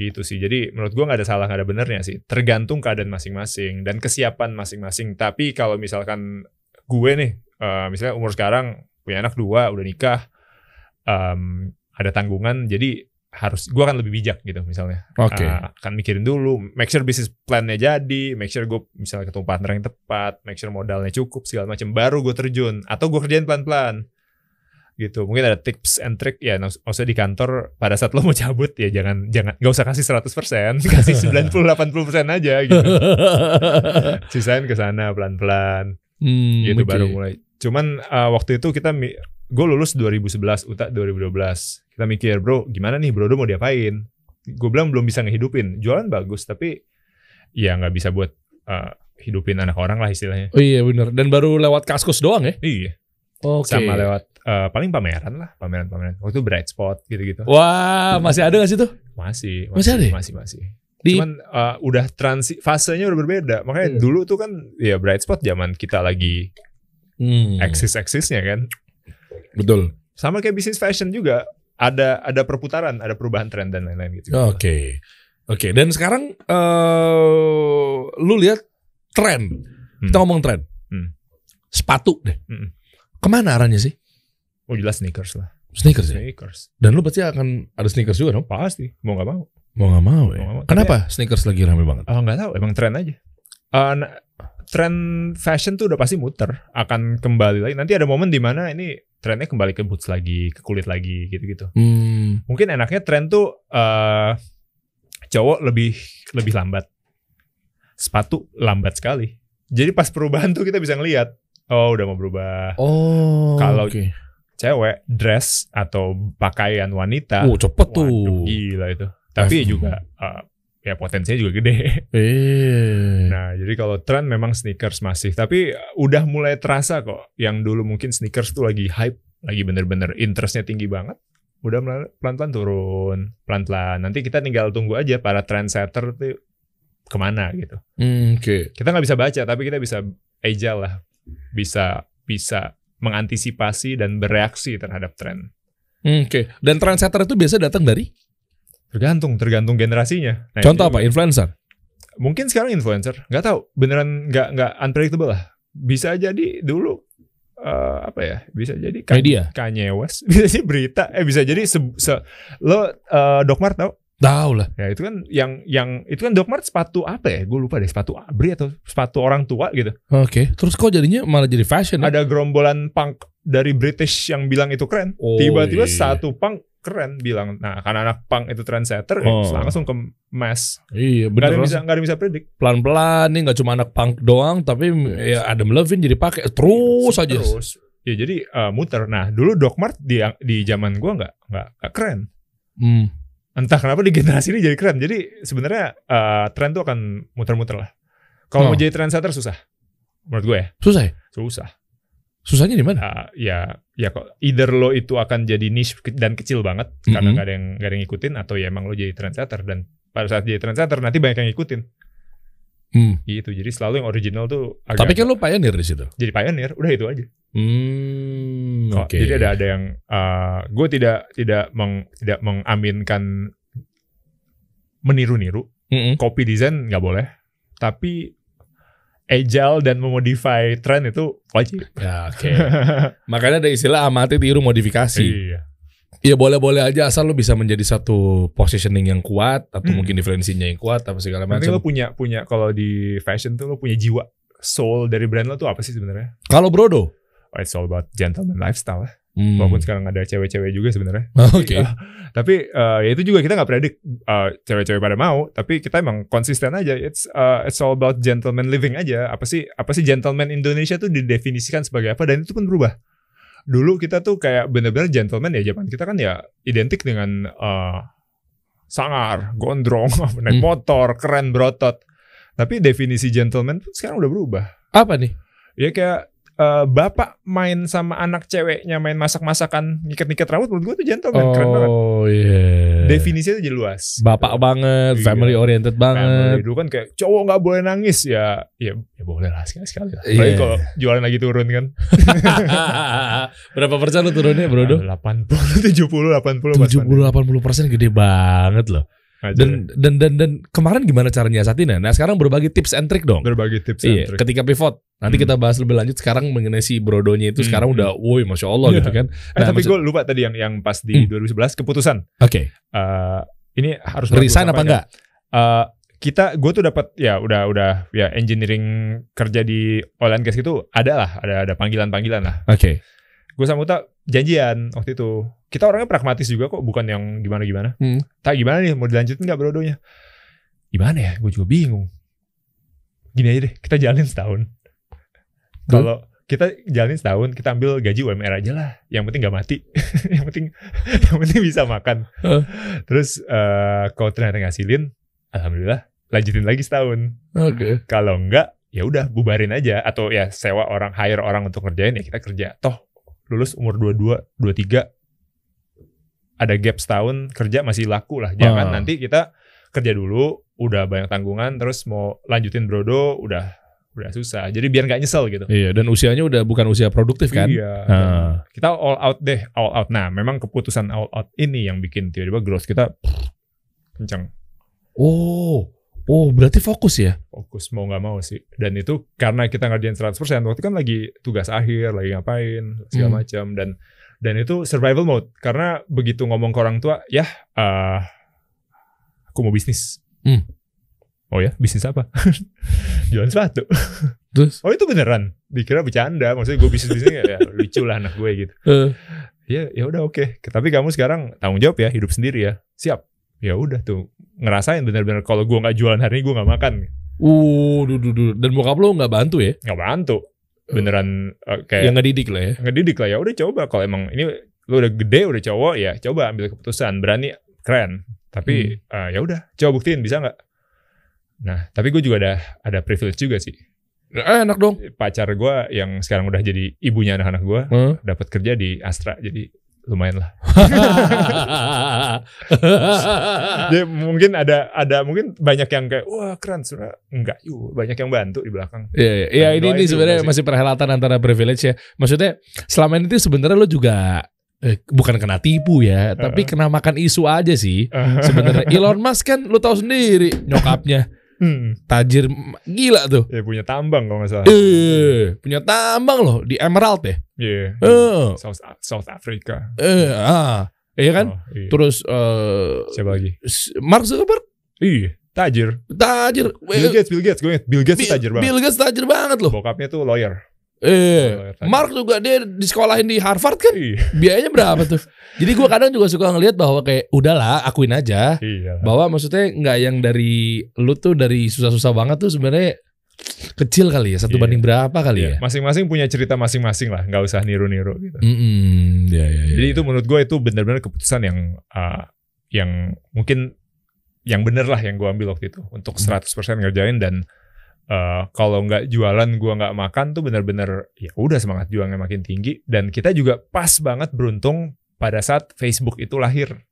gitu sih jadi menurut gua nggak ada salah nggak ada benernya sih tergantung keadaan masing-masing dan kesiapan masing-masing tapi kalau misalkan gue nih eh, misalnya umur sekarang punya anak dua udah nikah em, ada tanggungan jadi harus gua akan lebih bijak gitu misalnya
Oke.
Ah, akan mikirin dulu make sure bisnis plannya jadi make sure gue misalnya ketemu partner yang tepat make sure modalnya cukup segala macam baru gue terjun atau gue kerjain pelan-pelan gitu mungkin ada tips and trick ya maks- maksudnya di kantor pada saat lo mau cabut ya jangan jangan nggak usah kasih 100% kasih 90 80% aja gitu Ah. sisain ke sana pelan-pelan
Hmm,
gitu
oke.
baru mulai. Cuman uh, waktu itu kita gue lulus 2011, Uta 2012. Kita mikir, "Bro, gimana nih Brodo mau diapain?" Gue bilang belum bisa ngehidupin. Jualan bagus tapi ya nggak bisa buat uh, hidupin anak orang lah istilahnya.
Oh, iya benar. Dan baru lewat kaskus doang ya?
Iya,
Oke.
sama lewat uh, paling pameran lah, pameran-pameran. Waktu itu bright spot gitu-gitu.
Wah, masih ada gak sih tuh?
Masih,
Masih ada
masih,
ya?
masih, masih.
Di-
Cuman uh, udah transi fasenya udah berbeda. Makanya
Hmm.
dulu tuh kan ya bright spot zaman kita lagi
Hmm.
eksis-eksisnya kan.
Betul.
sama kayak bisnis fashion juga ada ada perputaran ada perubahan tren dan lain-lain gitu
Oh, Oke. Oke, dan sekarang eh lu lihat tren. Kita
Hmm.
ngomong tren.
Hmm.
Sepatu deh.
Mm-mm.
Kemana arahnya sih?
oh jelas sneakers lah
Sneakers ya?
sneakers
Dan lu pasti akan ada sneakers juga dong?
pasti mau nggak mau
Mau gak mau ya?
Mau nggak mau.
Kenapa sneakers lagi rame banget?
oh nggak tahu emang tren aja Eh, na- tren fashion tuh udah pasti muter akan kembali lagi nanti ada momen di mana ini trennya kembali ke boots lagi ke kulit lagi gitu-gitu
Hmm.
mungkin enaknya tren tuh eh cowok lebih lebih lambat sepatu lambat sekali jadi pas perubahan tuh kita bisa ngelihat oh udah mau berubah
Oh.
Kalau- ya-
oke.
cewek dress atau pakaian wanita
Oh, cepet tuh.
waduh, gila itu tapi
F-
juga uh, ya potensinya juga gede
Eh.
nah jadi kalau tren memang sneakers masih tapi uh, udah mulai terasa kok yang dulu mungkin sneakers tuh lagi hype lagi bener-bener interestnya tinggi banget udah mulai pelan-pelan turun pelan-pelan nanti kita tinggal tunggu aja para trendsetter tuh kemana gitu
Hmm, oke.
kita nggak bisa baca tapi kita bisa agile lah bisa bisa mengantisipasi dan bereaksi terhadap tren.
Hmm, Oke. Dan trendsetter itu biasa datang dari
Tergantung, tergantung generasinya. Nah, itu-
contoh apa? Influencer.
Mungkin sekarang influencer, nggak tahu, beneran nggak nggak unpredictable lah. Bisa jadi dulu eh, apa ya? Bisa jadi Kanye,
Media.
Kanye West, bisa jadi berita, eh bisa jadi se, se- lo eh, Dokmart tau?
Tahu lah.
Ya itu kan yang yang itu kan Dokmart sepatu apa ya? Gue lupa deh, sepatu abri atau sepatu orang tua gitu.
Oke. Terus kok jadinya malah jadi fashion? ya?
Ada gerombolan punk dari British yang bilang itu keren.
Oh,
Tiba-tiba
iya.
satu punk keren bilang, nah karena anak punk itu trendsetter, ya,
Oh.
langsung ke mass.
Iya,
Gak ada
bener.
yang
Ros.
bisa, nggak ada yang bisa predik.
Pelan-pelan nih nggak cuma anak punk doang, tapi ya Adam Levine jadi pakai terus aja.
Terus. Ya jadi eh, muter. Nah dulu Dokmart di di zaman gua nggak nggak nggak keren.
Hmm.
Entah kenapa di generasi ini jadi keren. Jadi sebenarnya eh, tren tuh akan muter-muter lah. Kalau mau
Oh.
jadi trendsetter susah. Menurut gue ya
Susah. ya?
susah.
Susahnya di mana?
Nah, ya ya kok either lo itu akan jadi niche ke- dan kecil banget karena
Mhm.
nggak ada yang nggak ada yang ngikutin atau ya emang lo jadi trendsetter dan pada saat jadi trendsetter nanti banyak yang ngikutin
Hmm.
gitu. Jadi selalu yang original tuh agak
Tapi kan lo pioneer di situ.
jadi pioneer. Udah itu aja.
Hmm.
Oh,
Oke.
Jadi ada ada yang eh gue tidak tidak meng, tidak mengaminkan meniru-niru.
Mm-mm.
Copy design nggak boleh. Tapi agile dan memodify tren itu wajib.
Ya, oke. Makanya ada istilah amati tiru modifikasi.
Iya.
Iya boleh-boleh aja asal lo bisa menjadi satu positioning yang kuat atau
Hmm.
mungkin diferensinya yang kuat apa segala
Nanti lo
macam.
punya punya kalau di fashion tuh lo punya jiwa soul dari brand lo tuh apa sih sebenarnya?
Kalau Brodo,
Oh, it's all about gentleman lifestyle. lah.
hmm. Iya.
Walaupun sekarang ada cewek-cewek juga sebenarnya.
Oke.
Eh, tapi eh, ya itu juga kita nggak predik eh, cewek-cewek pada mau. Tapi kita emang konsisten aja. It's eh, it's all about gentleman living aja. Apa sih apa sih gentleman Indonesia tuh didefinisikan sebagai apa? Dan itu pun berubah. Dulu kita tuh kayak bener-bener gentleman ya zaman kita kan ya identik dengan eh, sangar, gondrong, naik
Hmm.
motor, keren, berotot. Tapi definisi gentleman tuh sekarang udah berubah.
Apa nih?
Ya kayak eh, bapak main sama anak ceweknya main masak-masakan, nyikat-nyikat rambut menurut gue tuh gentleman, keren banget
Oh iya.
definisinya jadi luas.
Bapak banget,
Iya.
family oriented
Family
banget.
dulu kan kayak cowok nggak boleh nangis ya, ya, ya boleh lah sekali sekali lah.
Iya.
Apalagi kalau jualan lagi turun kan.
Berapa persen lu turunnya, Brodo?
80, 70, 80 pas
70 80 persen gede banget loh.
pandemi. Aja
Dan dan dan dan kemarin gimana caranya siasatinya? Nah, sekarang berbagi tips and trick
ya.
dong.
berbagai tips
Iya,
and trick.
ketika pivot. Nanti
Hmm.
kita bahas lebih lanjut sekarang mengenai si Brodonya itu
Hmm,
sekarang
hmm.
udah woi masya Allah
Iya.
gitu kan.
Eh,
Nah,
tapi
maksud- Hmm.
gue lupa tadi yang yang pas di 2011 keputusan.
Oke,
Eh, ini harus
resign apa
berapa
enggak?
Eh, kita gue tuh dapat ya udah udah ya engineering kerja di oil and gas itu ada lah ada ada panggilan panggilan lah
Oke.
gue sama Uta janjian waktu itu. Kita orangnya pragmatis juga kok, bukan yang gimana-gimana.
Hmm.
Tak gimana nih, mau dilanjutin nggak brodonya? Gimana ya, gue juga bingung. Gini aja deh, kita jalanin setahun.
Betul.
Kalau kita jalanin setahun, kita ambil gaji UMR aja lah. Yang penting nggak mati, yang penting yang penting bisa makan.
Heeh.
Terus eh, kalau ternyata ngasilin, alhamdulillah lanjutin lagi setahun
Oke.
kalau enggak ya udah bubarin aja atau ya sewa orang hire orang untuk ngerjain ya kita kerja toh lulus umur 22 23 ada gap setahun kerja masih laku lah jangan
Ah.
nanti kita kerja dulu udah banyak tanggungan terus mau lanjutin brodo udah udah susah jadi biar nggak nyesel gitu
Iya, dan usianya udah bukan usia produktif kan?
Iya.
Ah.
Kita all out deh, all out. Nah, memang keputusan all out ini yang bikin tiba-tiba growth kita kencang.
Oh, oh berarti fokus ya?
fokus mau nggak mau sih dan itu karena kita ngerjain 100% waktu itu kan lagi tugas akhir lagi ngapain segala
Hmm.
macam dan dan itu survival mode karena begitu ngomong ke orang tua ya eh aku mau bisnis
Hmm.
oh ya bisnis apa jualan sepatu
Terus?
oh itu beneran dikira bercanda maksudnya gue bisnis bisnis ya lucu lah anak gue gitu
Eh,
ya ya udah oke tapi kamu sekarang tanggung jawab ya hidup sendiri ya siap ya udah tuh ngerasain bener-bener kalau gue nggak jualan hari ini gue nggak makan
uh, duh, duh, duh. dan bokap lo nggak bantu ya?
nggak bantu beneran eh, kayak
Yang ngedidik lah ya?
ngedidik lah ya udah coba kalau emang ini lu udah gede udah cowok ya coba ambil keputusan berani keren tapi
Hmm.
eh, ya udah coba buktiin bisa nggak nah tapi gue juga ada ada privilege juga sih
Eh, enak dong.
pacar gue yang sekarang udah jadi ibunya anak-anak gue
Heeh.
dapat kerja di Astra jadi lumayan lah.
Ah.
Jadi Ya, mungkin ada ada mungkin banyak yang kayak wah keren sebenarnya enggak yuk banyak yang bantu di belakang.
Iya, iya. Iya,
Nah,
ini
Doain
ini
juga
sebenarnya
sih.
masih perhelatan antara privilege ya. Maksudnya selama ini tuh sebenarnya lo juga eh, bukan kena tipu ya, tapi kena makan isu aja sih. Sebenarnya Elon Musk kan lo tahu sendiri nyokapnya
Hmm,
tajir m- gila tuh.
ya punya tambang kalau nggak salah.
Eh, punya tambang loh di Emerald ya.
Iya.
Eh,
South South Africa.
eh, ah, iya kan?
Oh, iya.
Terus eh
Siapa lagi?
s- Mark Zuckerberg
Iya. Tajir.
tajir.
Bill
Eh,
Gates, Bill Gates, gue inget Bill Gates tuh tajir banget.
Bill Gates tajir banget loh.
Bokapnya tuh lawyer.
Eh,
Tajir.
Mark juga dia di sekolahin di Harvard kan?
Iya.
biayanya berapa tuh? Jadi gua kadang juga suka ngelihat bahwa kayak udahlah akuin aja
Iya.
bahwa maksudnya nggak yang dari lu tuh dari susah-susah banget tuh sebenarnya kecil kali ya satu
Iya.
banding berapa kali
Iya,
ya?
Masing-masing punya cerita masing-masing lah, nggak usah niru-niru gitu.
Mm-mm, ya, ya, ya.
Jadi itu menurut gue itu benar-benar keputusan yang uh, yang mungkin yang bener lah yang gue ambil waktu itu
Hmm.
untuk 100% ngerjain dan uh, kalau nggak jualan gue nggak makan tuh benar-benar ya udah semangat juangnya makin tinggi dan kita juga pas banget beruntung pada saat Facebook itu lahir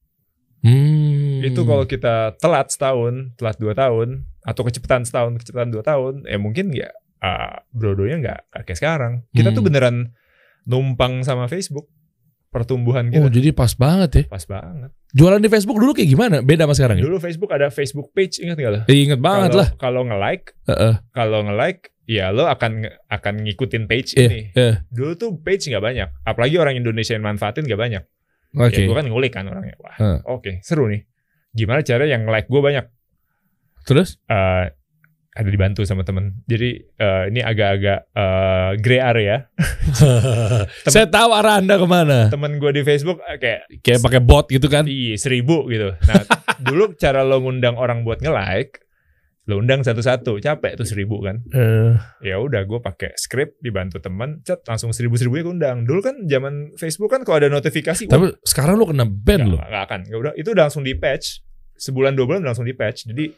Hmm.
itu kalau kita telat setahun telat dua tahun atau kecepatan setahun kecepatan dua tahun ya mungkin ya uh, brodonya nggak nggak kayak sekarang kita tuh
Hmm.
beneran numpang sama Facebook pertumbuhan
Oh,
kita
jadi pas banget ya.
pas banget Nah,
Jualan di Facebook dulu kayak gimana? Beda sama sekarang ya?
Dulu Facebook ada Facebook page, ingat nggak lo?
Eh, inget banget
Kalau-
lah.
Kalau nge-like,
Heeh.
kalau nge-like, ya lo akan nge- akan ngikutin page
Iya,
ini.
iya.
Dulu tuh page nggak banyak, apalagi orang Indonesia yang manfaatin nggak banyak.
Oke.
Ya gue kan ngulik kan orangnya. Wah,
Heeh.
oke seru nih. Gimana cara yang like gue banyak?
Terus?
Eh, ada dibantu sama temen. Jadi eh, ini agak-agak eh, gray area.
Saya tahu arah anda kemana.
Temen gue di Facebook eh, kayak
Kayak pakai bot gitu kan?
Iya seribu gitu. Nah dulu cara lo ngundang orang buat nge-like, lo undang satu-satu, capek tuh seribu kan.
Eh,
ya udah gue pakai script dibantu teman cet langsung seribu seribunya gue undang dulu kan zaman Facebook kan kalau ada notifikasi wah,
tapi kan sekarang lu kena
nggak-
ban loh.
nggak akan nggak udah itu udah langsung di patch sebulan dua bulan udah langsung di patch jadi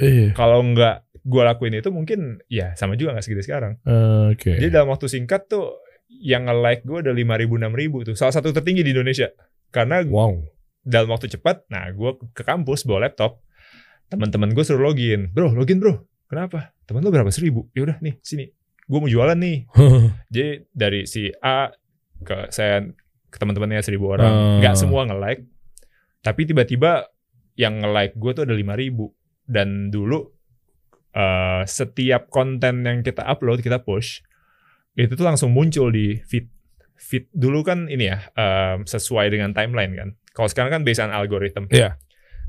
Iya.
kalau nggak gue lakuin itu mungkin ya sama juga nggak segede sekarang
Oke.
jadi dalam waktu singkat tuh yang nge like gue ada lima ribu enam ribu tuh salah satu tertinggi di Indonesia karena
Wow.
dalam waktu cepat nah gue ke kampus bawa laptop teman-teman gue suruh login bro login bro kenapa temen lu berapa seribu yaudah nih sini gue mau jualan nih Jadi dari si A ke saya ke teman-temannya seribu
Ah.
orang, nggak semua nge-like. Tapi tiba-tiba yang nge-like gue tuh ada 5000 dan dulu eh, setiap konten yang kita upload, kita push, itu tuh langsung muncul di feed. Feed dulu kan ini ya, em, sesuai dengan timeline kan. Kalau sekarang kan based on algorithm.
Iya.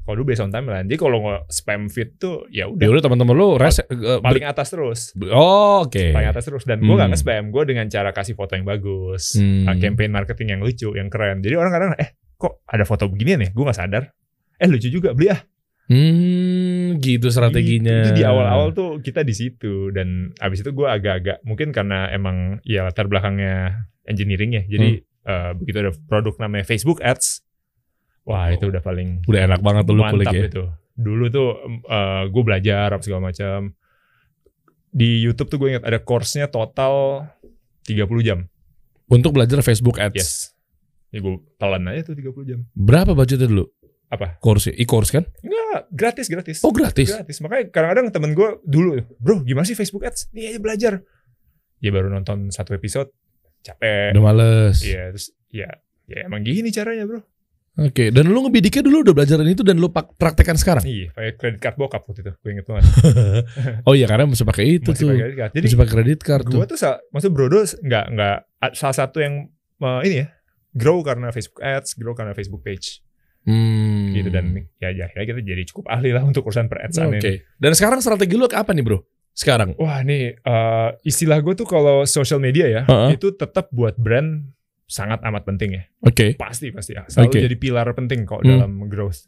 Kalau dulu based on timeline. Jadi kalau nge-spam feed tuh ya
Ya
udah
udah teman-teman lu res eh,
paling atas terus
ber- Oh, oke.
paling atas terus dan gue gak
Hmm.
nge-spam gue dengan cara kasih foto yang bagus
Hmm.
uh, campaign marketing yang lucu yang keren jadi orang kadang eh kok ada foto beginian ya gue gak sadar eh lucu juga beli ah
Hmm, gitu strateginya.
itu, itu di awal-awal tuh kita di situ dan abis itu gue agak-agak mungkin karena emang ya latar belakangnya engineering ya jadi
Hmm.
uh, begitu ada produk namanya Facebook Ads wah itu udah paling
udah enak banget tuh lu kulik
mantap
ya.
itu dulu tuh gue belajar apa segala macam di YouTube tuh gue ingat ada course-nya total 30 jam
Untuk belajar Facebook Ads.
Yes. Ya gue telan aja tuh 30 jam.
Berapa budgetnya dulu?
Apa?
Course e-course kan?
Enggak, gratis, gratis.
Oh, gratis.
Makanya kadang-kadang temen gue dulu, bro gimana sih Facebook Ads? Nih aja belajar. Ya baru nonton satu episode, capek.
Udah males.
Iya, terus ya, ya emang gini caranya bro.
Oke, dan lu ngebidiknya dulu udah belajarin itu dan lu pak- praktekan sekarang.
Iya, pakai kredit card bokap waktu itu, gue inget banget.
Oh iya, karena masih pakai itu
Masih
tuh.
pakai credit card. Jadi
masih pakai kredit card tuh.
gue tuh, sa- maksud Brodo nggak nggak salah satu yang eh, ini ya, grow karena Facebook Ads, grow karena Facebook Page
Hmm.
gitu dan ya, ya akhirnya kita jadi cukup ahli lah untuk urusan per ads
Oke. Dan sekarang strategi lu apa nih, Bro? Sekarang.
Wah nih eh, istilah gue tuh kalau social media ya
Heeh.
itu tetap buat brand sangat amat penting ya
Oke.
pasti pasti ya. selalu
Oke.
jadi pilar penting kok
Hmm.
dalam growth.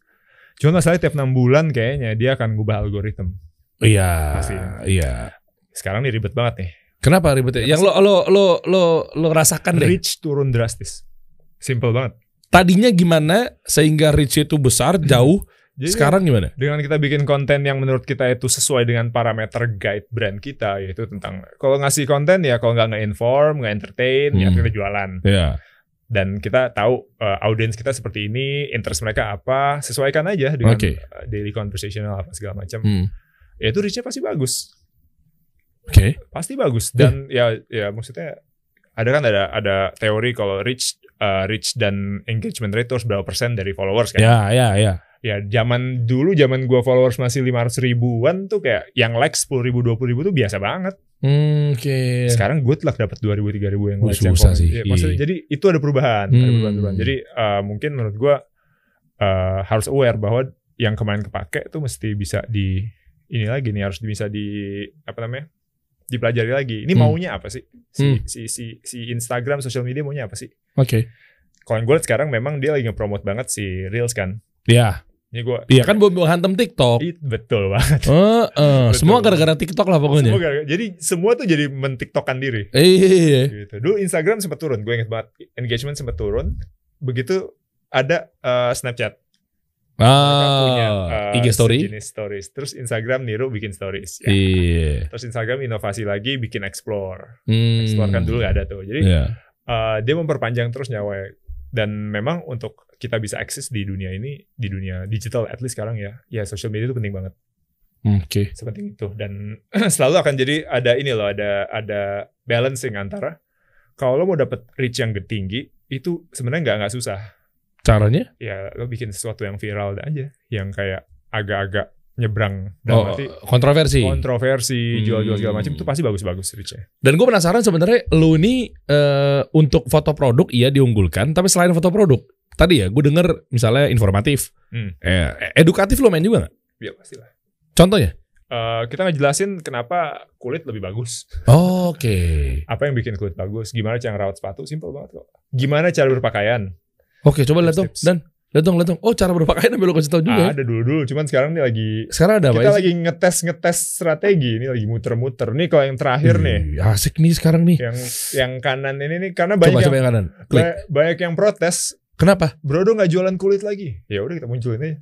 Cuma masalahnya tiap enam bulan kayaknya dia akan ngubah algoritma.
Iya.
Pasti.
Iya.
Sekarang nih ribet banget nih.
Kenapa ribetnya? Yang lo lo lo lo lo rasakan deh.
Reach turun drastis. Simple banget.
Tadinya gimana sehingga reach itu besar
Hmm.
jauh,
Jadi
sekarang gimana?
dengan kita bikin konten yang menurut kita itu sesuai dengan parameter guide brand kita yaitu tentang kalau ngasih konten ya kalau nggak nge-inform, nggak entertain, ya
Hmm.
kita jualan.
Ya.
dan kita tahu eh, audiens kita seperti ini, interest mereka apa, sesuaikan aja dengan
Oke.
eh, daily conversational apa segala macam.
Hmm.
Ya itu reach-nya pasti bagus.
Oke.
Pasti bagus
Hmm.
dan ya ya maksudnya ada kan ada ada teori kalau reach eh, reach dan engagement rate itu harus berapa persen dari followers kan.
Ya, ya, ya.
Ya zaman dulu zaman gua followers masih 500 ribuan tuh kayak yang like 10 ribu 20 ribu tuh biasa banget.
Hmm, Oke.
sekarang gue telah dapat 2000 3000 yang
Oh,
likes yang
susah
komen.
sih.
Ya, maksudnya
Iya.
jadi itu ada perubahan, ada
Hmm.
perubahan-perubahan. Jadi eh, mungkin menurut gue eh, harus aware bahwa yang kemarin kepake tuh mesti bisa di ini lagi nih harus bisa di apa namanya? dipelajari lagi. Ini
Hmm.
maunya apa sih? Si,
Hmm.
si si si Instagram social media maunya apa sih?
Oke.
Kalau yang gue lihat sekarang memang dia lagi nge-promote banget si Reels kan.
Ya,
Ini gue
ya kan Bobo hantem TikTok.
Ih, betul banget.
Eh, eh,
Iya. Betul.
semua gara-gara TikTok lah pokoknya.
Semua gara- jadi semua tuh jadi mentiktokan diri.
Iya, Iya, iya.
gitu. Dulu Instagram sempat turun, gue inget banget engagement sempat turun. Begitu ada eh, Snapchat, mereka punya
Ah,
eh,
IG story.
sejenis stories. Terus Instagram niru bikin stories. ya.
Iya.
Terus Instagram inovasi lagi bikin explore.
Hmm.
Explore kan dulu gak ada tuh. Jadi
Iya.
eh, dia memperpanjang terus nyawa dan memang untuk kita bisa akses di dunia ini di dunia digital at least sekarang ya ya social media itu penting banget
Hmm, Oke.
sepenting itu dan selalu akan jadi ada ini loh ada ada balancing antara kalau lo mau dapet reach yang tinggi itu sebenarnya nggak nggak susah
Caranya?
ya lo bikin sesuatu yang viral aja yang kayak agak-agak nyebrang
Oh,
dan arti
kontroversi.
kontroversi
Hmm.
jual-jual segala macam itu pasti bagus-bagus reachnya
Dan gue penasaran sebenarnya lu ini eh, untuk foto produk iya diunggulkan, tapi selain foto produk tadi ya gue denger misalnya informatif,
Hmm.
eh, edukatif lo main juga nggak?
ya pastilah
Contohnya?
Eh, kita ngejelasin kenapa kulit lebih bagus
Oke.
apa yang bikin kulit bagus gimana cara ngerawat sepatu simple banget kok gimana cara berpakaian
Oke, coba lihat dong,
Tips-tips.
dan lihat dong, lihat dong. Oh, cara berpakaian sampai lo kasih tau juga. ya?
ada dulu-dulu cuman sekarang nih lagi
Sekarang ada apa?
kita
ya?
lagi ngetes ngetes strategi ini lagi muter-muter nih kalau yang terakhir nih
Wih, Asik nih sekarang nih.
yang yang kanan ini nih karena banyak
Coba coba
yang,
yang kanan. Klik.
ba- banyak yang protes
Kenapa?
Bro do nggak jualan kulit lagi ya udah kita munculin aja nah,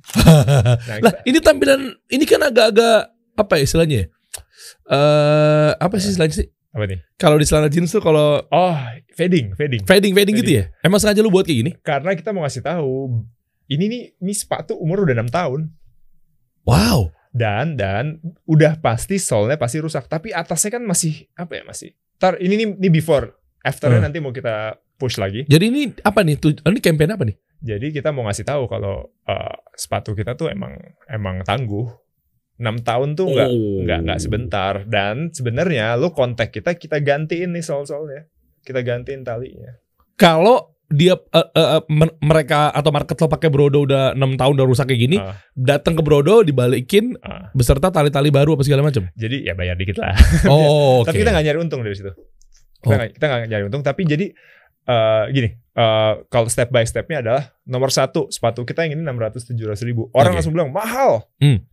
lah,
kita-
ini tampilan ini kan agak-agak apa ya istilahnya? ya? Eh, apa sih istilahnya sih?
apa nih
Kalau di celana jeans tuh kalau
oh fading fading
fading fading gitu ya. Emang sengaja lu buat kayak gini?
karena kita mau ngasih tahu ini nih ini sepatu umur udah enam tahun
Wow.
dan dan udah pasti solnya pasti rusak tapi atasnya kan masih apa ya masih tar ini nih ini before afternya
Hmm.
nanti mau kita push lagi
Jadi ini apa nih? tuj- Ini campaign apa nih?
Jadi kita mau ngasih tahu kalau eh, sepatu kita tuh emang emang tangguh. 6 tahun tuh enggak enggak enggak
Iya.
sebentar dan sebenarnya lu kontak kita kita gantiin nih soal-soalnya. Kita gantiin talinya.
Kalau dia eh, eh, eh, men- mereka atau market lo pakai Brodo udah 6 tahun udah rusak kayak gini,
Ah.
datang ke Brodo dibalikin
Ah.
beserta tali-tali baru apa segala macam.
Jadi ya bayar dikit lah.
Oh, oke.
Tapi kita nggak nyari untung dari situ. Kita
Oh.
nggak kita nggak nyari untung tapi jadi eh, gini eh, kalau step by stepnya adalah nomor satu sepatu kita yang ini 600 700 ribu orang
Oke.
langsung bilang mahal
Hmm.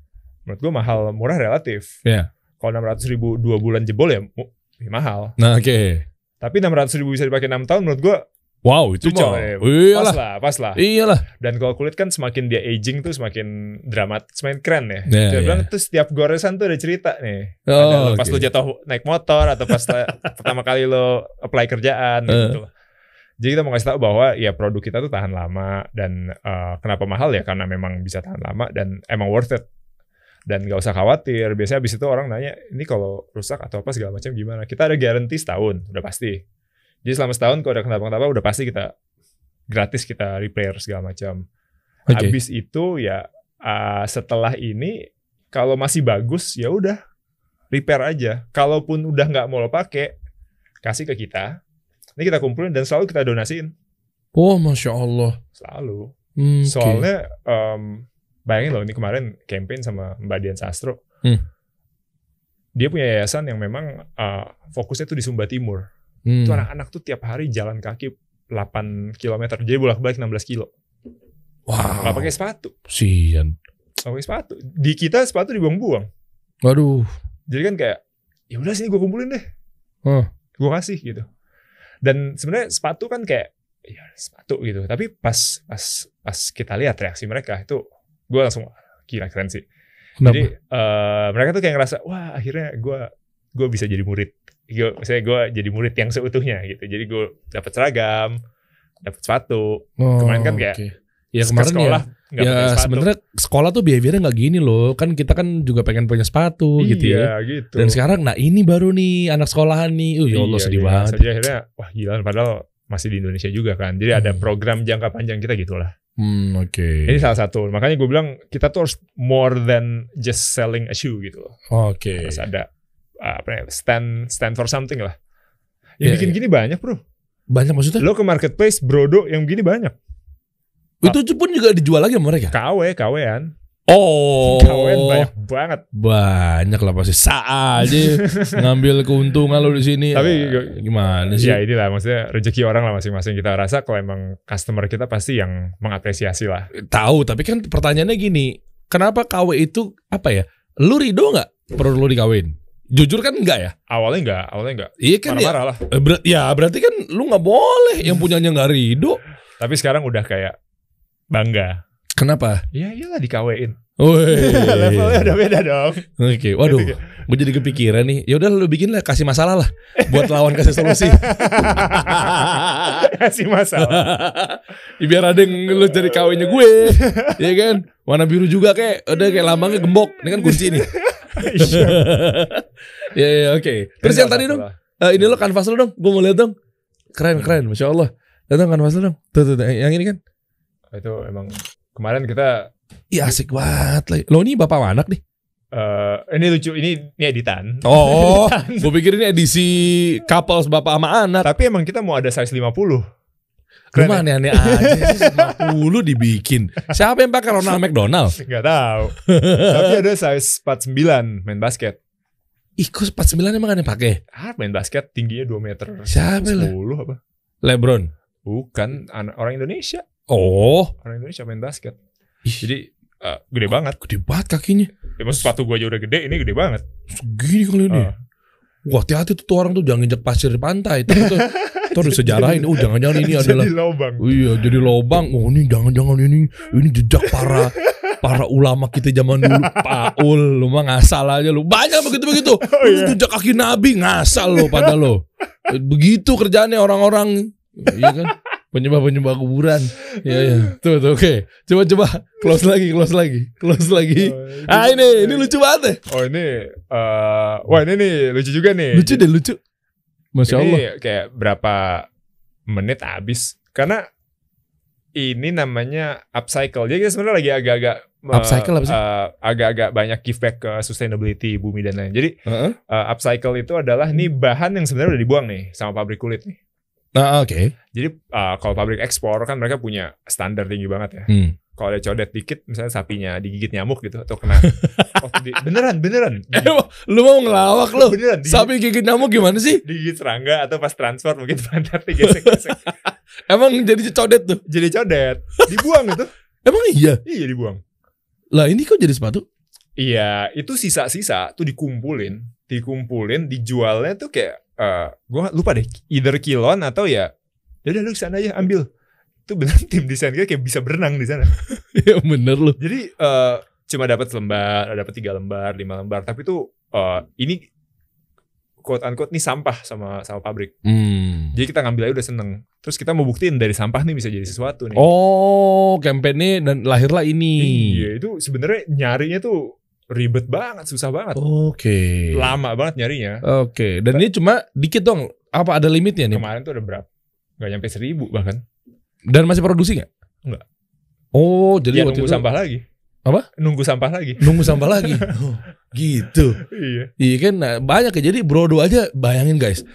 menurut gua mahal murah relatif
Iya.
kalau 600 ribu dua bulan jebol ya mu- ya mahal
Nah, oke.
Tapi 600 ribu bisa dipakai 6 tahun menurut gue
Wow, itu Iya
Cucok,
mah.
ya. pas
Iyalah.
lah, pas lah.
Iyalah.
Dan kalau kulit kan semakin dia aging tuh semakin dramat, semakin keren ya.
Iya,
dia
iya.
bilang tuh setiap goresan tuh ada cerita nih. ada
Oh,
lo pas
oke.
lo jatuh naik motor atau pas la- pertama kali lo apply kerjaan
Eh.
gitu. Jadi kita mau kasih tahu bahwa ya produk kita tuh tahan lama dan eh, kenapa mahal ya karena memang bisa tahan lama dan emang worth it. Dan gak usah khawatir, biasanya abis itu orang nanya, ini kalau rusak atau apa segala macam gimana? Kita ada garansi setahun, udah pasti. Jadi selama setahun kalau ada kenapa-kenapa udah pasti kita gratis kita repair segala macam.
Oke.
Habis itu ya uh, setelah ini kalau masih bagus ya udah repair aja. Kalaupun udah nggak mau lo pakai kasih ke kita. Ini kita kumpulin dan selalu kita donasiin.
Oh, masya Allah.
Selalu.
Hmm, oke.
Soalnya em, bayangin loh ini kemarin campaign sama Mbak Dian Sastro.
Hmm.
Dia punya yayasan yang memang uh, fokusnya tuh di Sumba Timur.
Hmm.
Itu anak-anak tuh tiap hari jalan kaki 8 km. Jadi bolak-balik 16 kilo.
Wow.
Nggak pakai sepatu.
Sian.
Nggak pakai sepatu. Di kita sepatu dibuang-buang.
Waduh.
Jadi kan kayak ya udah sini gue kumpulin deh,
Hah.
gue kasih gitu. Dan sebenarnya sepatu kan kayak ya sepatu gitu. Tapi pas pas pas kita lihat reaksi mereka itu gue langsung "Wah, gila keren sih.
Kenapa?
Jadi eh, mereka tuh kayak ngerasa wah akhirnya gue gue bisa jadi murid. Gue saya gue jadi murid yang seutuhnya gitu. Jadi gue dapat seragam, dapat sepatu.
Oh,
Kemarin kan kayak
oke. ya
Ke
kemarin
sekolah
ya,
nggak
ya
pakai sepatu.
sebenarnya sekolah tuh behaviornya nggak gini loh kan kita kan juga pengen punya sepatu gitu ya
Iya, gitu.
dan sekarang nah ini baru nih anak sekolahan nih uh, ya Allah
Iya,
sedih
iya.
banget
Jadi akhirnya wah gila padahal masih di Indonesia juga kan. Jadi ada
Hmm.
program jangka panjang kita gitu lah.
hmm, oke
Ini salah satu. Makanya gue bilang kita tuh harus more than just selling a shoe gitu loh.
oke
Harus ada apa ya, stand stand for something lah. Yang
Iya,
bikin
iya.
gini banyak, Bro.
banyak maksudnya
Lo ke marketplace Brodo yang gini banyak.
itu pun juga dijual lagi sama mereka
KW, KW-an.
oh
KW-an banyak banget.
banyak lah pasti saa aja ngambil keuntungan lo di sini
Tapi
Ah,
gua-
gimana sih
Ya inilah maksudnya rezeki orang lah masing-masing kita rasa kalau emang customer kita pasti yang mengapresiasi lah.
tahu tapi kan pertanyaannya gini kenapa KW itu apa ya lu ridho nggak perlu lu dikawin jujur kan enggak ya
Awalnya enggak, awalnya enggak.
iya kan ya
Marah-marah lah.
Eh, ber- ya berarti kan lu nggak boleh yang punyanya nggak ridho
Tapi sekarang udah kayak bangga.
kenapa
Ya iyalah dikawin.
Woi.
Levelnya udah beda dong.
Oke, waduh,
Gitu,
gue jadi kepikiran nih. Ya udah lu bikin lah, kasih masalah lah, buat lawan kasih solusi.
Kasih masalah.
Ya, Biar ada yang lu jadi kawinnya gue, ya kan? Warna biru juga kayak, udah kayak lambangnya gembok. Ini kan kunci nih.
Iya.
Ya, ya, oke. Terus yang tadi dong, eh, ini lo kanvas lo dong, gue mau lihat dong. Keren, keren, masya Allah. Lihat dong kanvas lo dong. Tuh, tuh, tuh, yang ini kan.
Itu emang kemarin kita
Iya asik banget lah. Lo ini bapak sama anak nih.
eh, ini lucu ini ini editan.
Oh, gue pikir ini edisi couples bapak sama anak. ya?
Tapi emang kita mau ada size 50. Keren.
Lu mah aneh-aneh aja sih 50 dibikin. Siapa yang pakai Ronald McDonald?
Enggak tahu. Tapi ada size 49 main basket.
Ih, kok 49 emang aneh pakai?
Ah, main basket tingginya 2 meter.
Siapa lah?
10 apa?
LeBron.
Bukan anak orang Indonesia.
Oh,
Orang Indonesia main basket.
ih,
Jadi eh, gede banget.
gede banget kakinya.
Ya, maksud sepatu gua aja udah gede, ini gede banget.
Segini kali ini. ya?
Ah.
Wah, hati-hati tuh, tuh orang tuh jangan injak pasir di pantai. Tuh, tuh, tuh ada sejarah ini. Oh, jangan-jangan ini adalah
Jadi lobang.
Oh Iya, jadi lobang. Oh ini jangan-jangan ini ini jejak para para ulama kita zaman dulu. Paul, lu mah ngasal aja lu. Banyak begitu-begitu. Lu
iya.
jejak kaki Nabi ngasal lo pada lo. Begitu kerjaannya orang-orang. Iya kan? Penyembah-penyembah kuburan. Iya, iya. Tuh, tuh, oke. Coba-coba close lagi, close lagi. Close lagi. Ah ini, ini lucu banget deh.
Oh ini, eh, wah ini nih lucu juga nih.
Lucu deh, lucu. Masya
ini
Allah.
kayak berapa menit habis karena ini namanya upcycle. Jadi kita sebenarnya lagi agak-agak eh,
Upcycle apa sih?
eh, agak-agak banyak give back ke sustainability bumi dan lain. Jadi
Heeh.
eh, upcycle itu adalah nih bahan yang sebenarnya udah dibuang nih sama pabrik kulit nih.
Nah, oke.
Jadi eh, kalau pabrik ekspor kan mereka punya standar tinggi banget ya.
Hmm.
Kalau ada codet dikit misalnya sapinya digigit nyamuk gitu atau kena waktu di- beneran beneran
Emang lu mau ngelawak Eh, lu?
beneran digigit-
Sapi gigit nyamuk gimana sih?
digigit serangga atau pas transfer mungkin pantat digesek-gesek
Emang jadi codet tuh?
jadi codet dibuang itu
Emang iya?
iya dibuang
Lah ini kok jadi sepatu?
iya itu sisa-sisa tuh dikumpulin dikumpulin dijualnya tuh kayak eh gua lupa deh either kiloan atau ya udah lu sana aja ambil itu bener tim desain kita kayak bisa berenang di sana
ya bener lu.
jadi eh cuma dapat selembar dapat tiga lembar lima lembar tapi tuh eh ini quote unquote nih sampah sama sama pabrik
Hmm.
jadi kita ngambil aja udah seneng terus kita mau buktiin dari sampah nih bisa jadi sesuatu nih
Oh, kampanye dan lahirlah ini.
Iya itu sebenarnya nyarinya tuh ribet banget, susah banget,
Oke.
lama banget nyarinya.
Oke, dan ini cuma dikit dong. Apa ada limitnya nih?
Kemarin tuh ada berapa? Gak nyampe seribu bahkan.
Dan masih produksi nggak?
Nggak.
Oh, jadi
Dia Ya, nunggu
waktu itu
sampah lagi.
Apa?
Nunggu sampah lagi.
nunggu sampah lagi. Oh, gitu.
iya.
Iya kan nah, banyak ya. Jadi Brodo aja bayangin guys.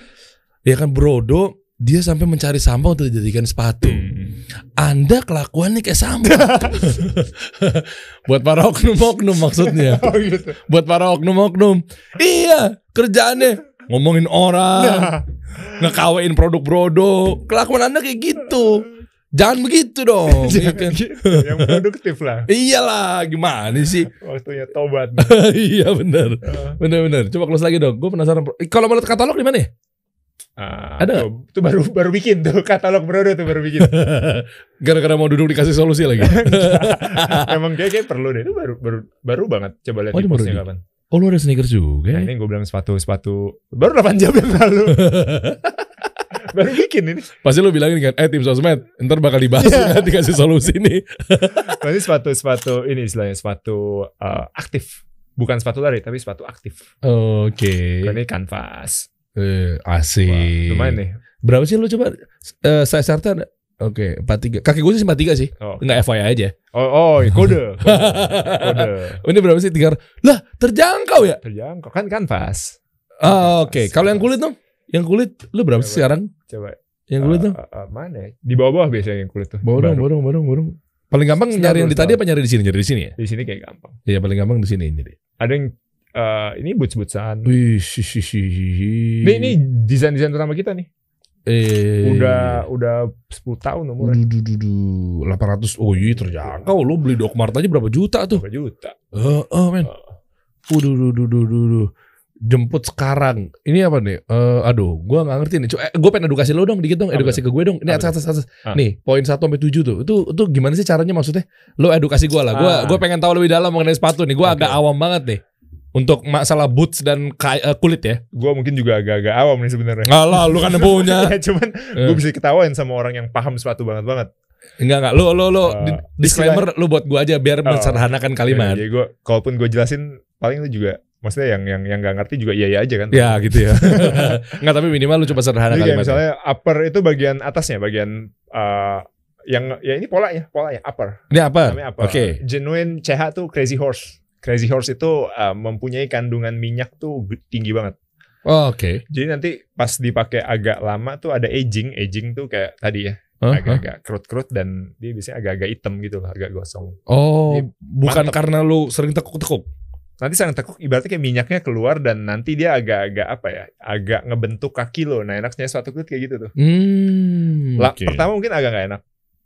Ya kan Brodo dia sampai mencari sampah untuk dijadikan sepatu.
Hmm.
Anda kelakuannya kayak sampah. Buat para oknum-oknum maksudnya.
Oh gitu.
Buat para oknum-oknum. Iya, kerjaannya ngomongin orang,
Nah,
ngekawin produk brodo. Kelakuan Anda kayak gitu. Jangan begitu dong. iya kan?
yang produktif lah.
Iyalah, gimana sih?
Waktunya tobat.
iya bener Bener bener. Coba close lagi dong. Gue penasaran. Bro. Eh, Kalau menurut katalog di mana ya?
Ah,
Ada
tuh, tuh baru baru bikin tuh katalog Brodo tuh baru bikin.
Gara-gara mau duduk dikasih solusi lagi.
Emang kayak kayak perlu deh. Itu baru baru baru banget. Coba lihat
Oh,
di
ini baru
postnya
di-
kapan.
oh, lu ada sneakers juga.
Nah,
ya?
ini gue bilang sepatu sepatu baru 8 jam yang lalu. baru bikin ini.
Pasti lu bilangin kan, eh tim sosmed, ntar bakal dibahas
Iya.
nanti kasih solusi nih.
Nanti sepatu-sepatu ini istilahnya sepatu eh, aktif. Bukan sepatu lari tapi sepatu aktif.
Oke.
Ini kanvas.
Eh,
Wah,
asik.
lumayan nih.
Berapa sih lu coba eh size harta ada? Oke, 43. Kaki gue sih 43 sih.
Oh,
Enggak FYI aja.
oh, oh kode. Kode. kode.
Ini berapa sih? 3. Lah, terjangkau ya.
Terjangkau kan kanvas.
Ah, Oke, kalau yang kulit dong. Yang kulit lu berapa sih sekarang?
Coba.
Yang kulit dong.
eh, eh, mana ya? Di bawah-bawah biasanya yang kulit tuh.
Borong,
Baru.
borong, borong, borong. Paling gampang nyari yang di tadi apa nyari di sini? Nyari di sini ya?
Di sini kayak gampang.
Iya, paling gampang di sini jadi.
Ada yang eh, ini boots-bootsan.
Wih, shi, shi, shi, shi, shi.
Ini, ini desain-desain pertama kita nih.
eh,
Udah udah 10 tahun umurnya.
Duh, duh, duh, duh. 800 oh iya terjangkau lo beli Dokmart aja berapa juta tuh
Berapa juta?
eh eh, men Waduh, duh, duh, duh, duh, duh. jemput sekarang ini apa nih Eh, aduh gua nggak ngerti nih Cuk, eh, gue pengen edukasi lo dong dikit dong
Apa
edukasi ke gue dong ini
Apa
atas atas atas
Ah.
nih poin 1 sampai 7 tuh itu itu gimana sih caranya maksudnya lo edukasi gua lah gua
Ah.
gua pengen tahu lebih dalam mengenai sepatu nih gua
Oke.
agak awam banget nih untuk masalah boots dan kai- eh, kulit ya
Gue mungkin juga agak-agak awam nih sebenarnya.
Alah lu kan yang punya
ya cuman
Eh.
gue bisa ketawain sama orang yang paham sepatu banget banget.
Enggak enggak lo lo lo
Eh,
disclaimer lu buat gua aja biar
Oh.
mensederhanakan
Ya,
kalimat
jadi gue kalaupun gue jelasin paling lu juga maksudnya yang yang yang nggak ngerti juga iya iya aja kan.
Ya gitu ya. Enggak tapi minimal lu coba sederhana
Jadi kayak
kalimatnya.
Iya, misalnya upper itu bagian atasnya, bagian eh, yang ya ini polanya, polanya upper.
Ini apa?
Namanya upper.
Ah, Oke.
Genuine CH tuh crazy horse. Crazy horse itu eh, mempunyai kandungan minyak tuh g- tinggi banget.
Oh, Oke.
Jadi nanti pas dipakai agak lama tuh ada aging, aging tuh kayak tadi ya,
Hah, hah.
agak-agak kerut-kerut dan dia biasanya agak-agak hitam gitu lah, agak gosong.
Oh,
Jadi,
bukan
mantep.
karena lu sering tekuk-tekuk.
Nanti sarang tekuk ibaratnya kayak minyaknya keluar dan nanti dia agak-agak apa ya, agak ngebentuk kaki lo. Nah enaknya sepatu kulit kayak gitu tuh.
Hmm.
La-
oke.
Pertama mungkin agak nggak enak.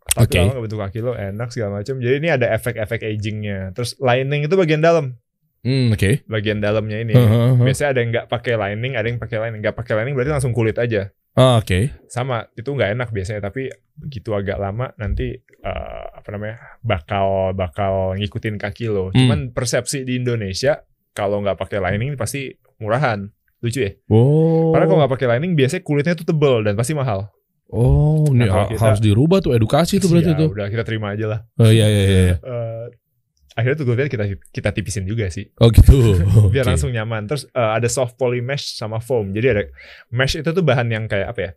Tapi
Oke.
lama ngebentuk kaki lo enak segala macam. Jadi ini ada efek-efek agingnya. Terus lining itu bagian dalam,
Hmm, oke.
bagian dalamnya ini.
Hah, hah, hah.
Biasanya ada yang nggak pakai lining, ada yang pakai lining. Nggak pakai lining berarti langsung kulit aja.
Ah, Oke.
Sama, itu nggak enak biasanya. Tapi begitu agak lama nanti eh, apa namanya bakal bakal ngikutin kaki lo.
Hmm.
Cuman persepsi di Indonesia kalau nggak pakai lining pasti murahan. Lucu ya.
Oh.
Padahal kalau nggak pakai lining biasanya kulitnya tuh tebel dan pasti mahal.
Oh,
Nah,
ini
kalau
ha-
kita-
harus dirubah tuh edukasi tuh berarti
Ya,
tuh.
Udah kita terima aja lah.
Oh iya iya iya. iya.
Eh, akhirnya tuh gue lihat kita kita tipisin juga sih.
Oh gitu.
biar
Oke.
langsung nyaman. Terus eh, ada soft poly mesh sama foam. Jadi ada mesh itu tuh bahan yang kayak apa ya?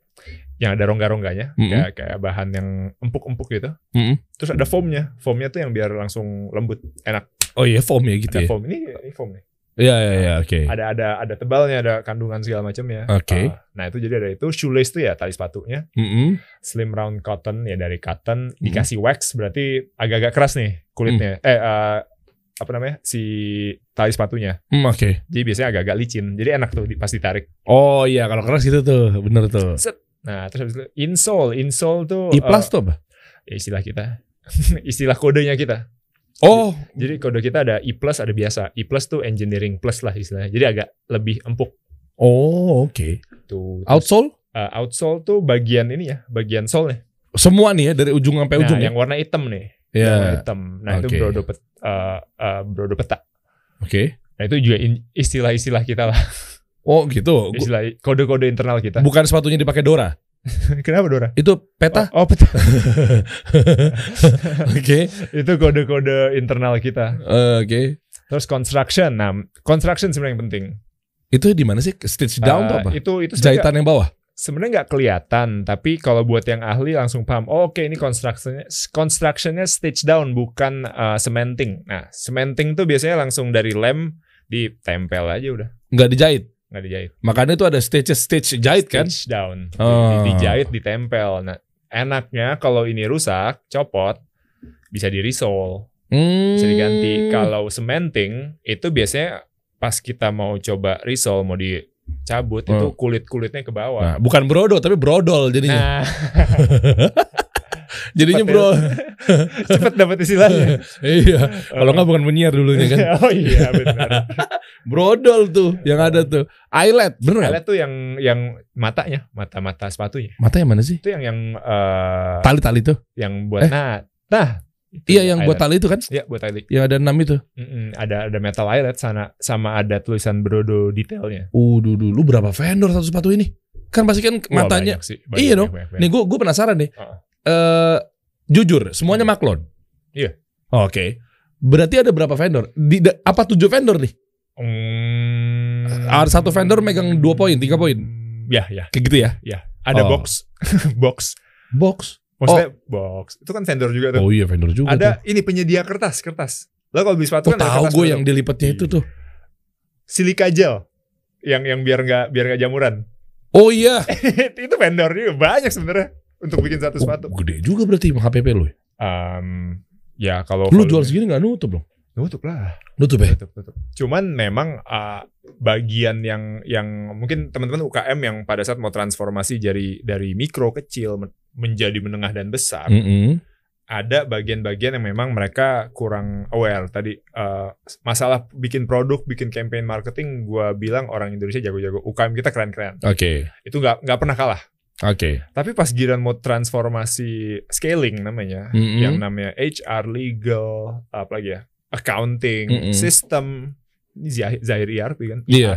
Yang ada rongga-rongganya,
Mm-mm.
kayak kayak bahan yang empuk-empuk gitu.
Mm-mm.
Terus ada foamnya, foamnya tuh yang biar langsung lembut, enak.
Oh iya foam ya gitu
Ada
ya.
foam ini, ini foam nih.
Iya iya iya oke.
Ada ada ada tebalnya, ada kandungan segala macam ya. Eh,
Oke.
nah itu jadi ada itu shoelace tuh ya tali sepatunya,
Mm-mm.
slim round cotton ya dari cotton
Mm.
dikasih wax berarti agak-agak keras nih kulitnya.
Mhm.
Eh eh, apa namanya si tali sepatunya.
Hmm, oke.
Jadi biasanya agak-agak licin. Jadi enak tuh di- pas ditarik.
Oh iya kalau keras gitu tuh, bener tuh.
Nah, terus habis itu insole, insole tuh
I
eh,
plus tuh apa?
ya istilah kita. istilah kodenya kita.
Oh,
Jadi kode kita ada I plus, ada biasa. I plus tuh engineering plus lah istilahnya. Jadi agak lebih empuk
oh oke.
tuh. Terus,
Outsole
eh, outsole tuh bagian ini ya, bagian sole nih.
semua nih ya dari ujung sampai
Nah,
ujung ya.
yang warna hitam nih.
Iya.
Yang warna hitam. Nah, itu
Oke.
brodo pet, eh, eh, brodo peta.
Oke.
Nah, itu juga in- istilah-istilah kita lah.
Oh gitu. Gu-
Istilah kode-kode internal kita.
Bukan sepatunya dipakai Dora.
Kenapa Dora?
Itu peta.
Oh, oh, peta.
Oke.
itu kode-kode internal kita.
Eh, Oke.
Terus construction. Nah, construction sebenarnya yang penting.
Itu di mana sih? Stitch down tuh
Eh,
apa?
Itu itu sebenarnya-
Jahitan yang bawah.
sebenarnya nggak kelihatan, tapi kalau buat yang ahli langsung paham. Oh, Oke, ini constructionnya constructionnya stitch down bukan uh, cementing. Nah, cementing tuh biasanya langsung dari lem ditempel aja udah,
Nggak dijahit.
nggak dijahit.
Makanya itu ada stitches stitch jahit kan?
Stitch down, Di-
Oh.
dijahit, ditempel. Nah, enaknya kalau ini rusak, copot bisa di resole,
Hmm.
bisa diganti. Kalau cementing itu biasanya pas kita mau coba resole mau dicabut itu
Oh. iya.
kulit kulitnya ke bawah.
Nah, bukan brodo tapi brodol jadinya.
Nah,
jadinya
cepet
bro.
cepet dapat istilahnya.
iya. Kalau nggak bukan penyiar dulunya kan.
oh iya benar.
Brodol tuh yang ada tuh. Eyelet, bener nggak?
Kalian tuh yang yang matanya, mata-mata sepatunya.
Mata yang mana sih?
Itu yang yang eh,
Tali-tali tuh.
yang buat nah, nah. itu
Eh. Iya, yang buat
eyelet.
tali itu kan?
Iya, buat tali.
Yang ada enam itu.
Mm-mm, ada ada metal eyelet sana sama ada tulisan brodo detailnya.
Uh, dulu lu berapa vendor satu sepatu ini? Kan pasti kan
Wah,
matanya.
banyak sih,
Iya dong.
banyak, banyak.
Nih gue gue penasaran nih.
Heeh.
Eh, jujur, semuanya maklon.
Iya.
Oke. Berarti ada berapa vendor? Di, da- apa tujuh vendor nih?
Hmm.
Ada satu vendor megang dua poin, tiga poin.
Ya, ya.
Kayak gitu ya.
Ada
Oh.
box. box.
Box.
Maksudnya box. Itu kan vendor juga tuh.
Oh iya vendor juga. tuh.
ada ini penyedia kertas, kertas. Lo kalau beli sepatu
Oh,
kan ada
tahu
kertas Iya.
gue
sepatu.
yang dilipatnya itu tuh.
silika gel yang yang biar nggak biar nggak jamuran.
Oh iya.
itu vendor juga banyak sebenarnya untuk bikin satu sepatu.
Oh, gede juga berarti HPP lu. ya.
Um, ya kalau
Lu
kalau-
jual segini nggak nutup dong?
nutup lah,
Nutup ya.
nutup, nutup. Cuman memang uh, bagian yang yang mungkin teman-teman UKM yang pada saat mau transformasi dari dari mikro kecil men- menjadi menengah dan besar,
Hmm. Mm-mm.
ada bagian-bagian yang memang mereka kurang aware tadi eh, masalah bikin produk bikin campaign marketing gua bilang orang Indonesia jago-jago UKM kita keren-keren
Oke.
itu nggak nggak pernah kalah
Oke.
tapi pas giliran mau transformasi scaling namanya
Mm-mm.
yang namanya HR legal apalagi ya accounting
Mm-mm.
sistem Zahir Zahir ERP kan
hmm. Iya.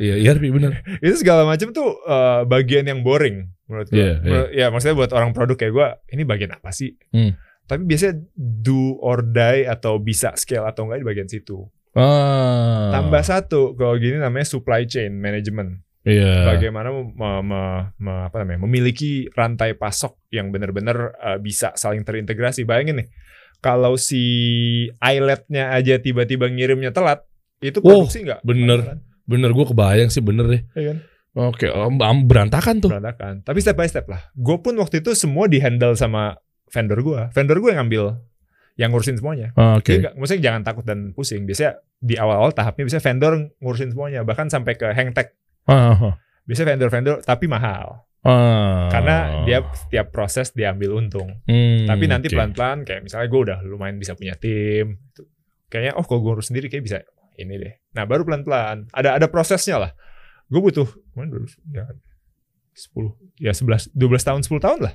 Iya, iya benar.
itu segala macam tuh eh, bagian yang boring menurut gue.
Iya,
Ya maksudnya buat orang produk kayak gue, ini bagian apa sih?
Hmm.
Tapi biasanya do or die atau bisa scale atau enggak di bagian situ.
Ah.
Tambah satu kalau gini namanya supply chain management.
Iya.
Bagaimana me- me- me- apa namanya, memiliki rantai pasok yang benar-benar eh, bisa saling terintegrasi. Bayangin nih, kalau si eyelet-nya aja tiba-tiba ngirimnya telat, itu
Oh,
produksi nggak?
bener. Bener gue kebayang sih bener deh.
Iya kan?
Oke, am- am- berantakan tuh.
berantakan. Tapi step by step lah. Gue pun waktu itu semua dihandle sama vendor gue. Vendor gue yang ngambil, yang ngurusin semuanya.
Ah,
Jadi
Oke.
nggak- maksudnya jangan takut dan pusing. Biasanya di awal-awal tahapnya bisa vendor ngurusin semuanya, bahkan sampai ke hangtech.
Ah, ah,
Biasanya vendor-vendor tapi mahal.
ah.
Karena dia setiap proses diambil untung.
Hmm,
tapi nanti
oke.
pelan-pelan kayak misalnya gue udah lumayan bisa punya tim. gitu. Kayaknya oh kalau gue ngurus sendiri kayak bisa ini deh. Nah baru pelan-pelan. Ada ada prosesnya lah. Gue butuh mana dulu ya 10 ya 11 12 tahun 10 tahun lah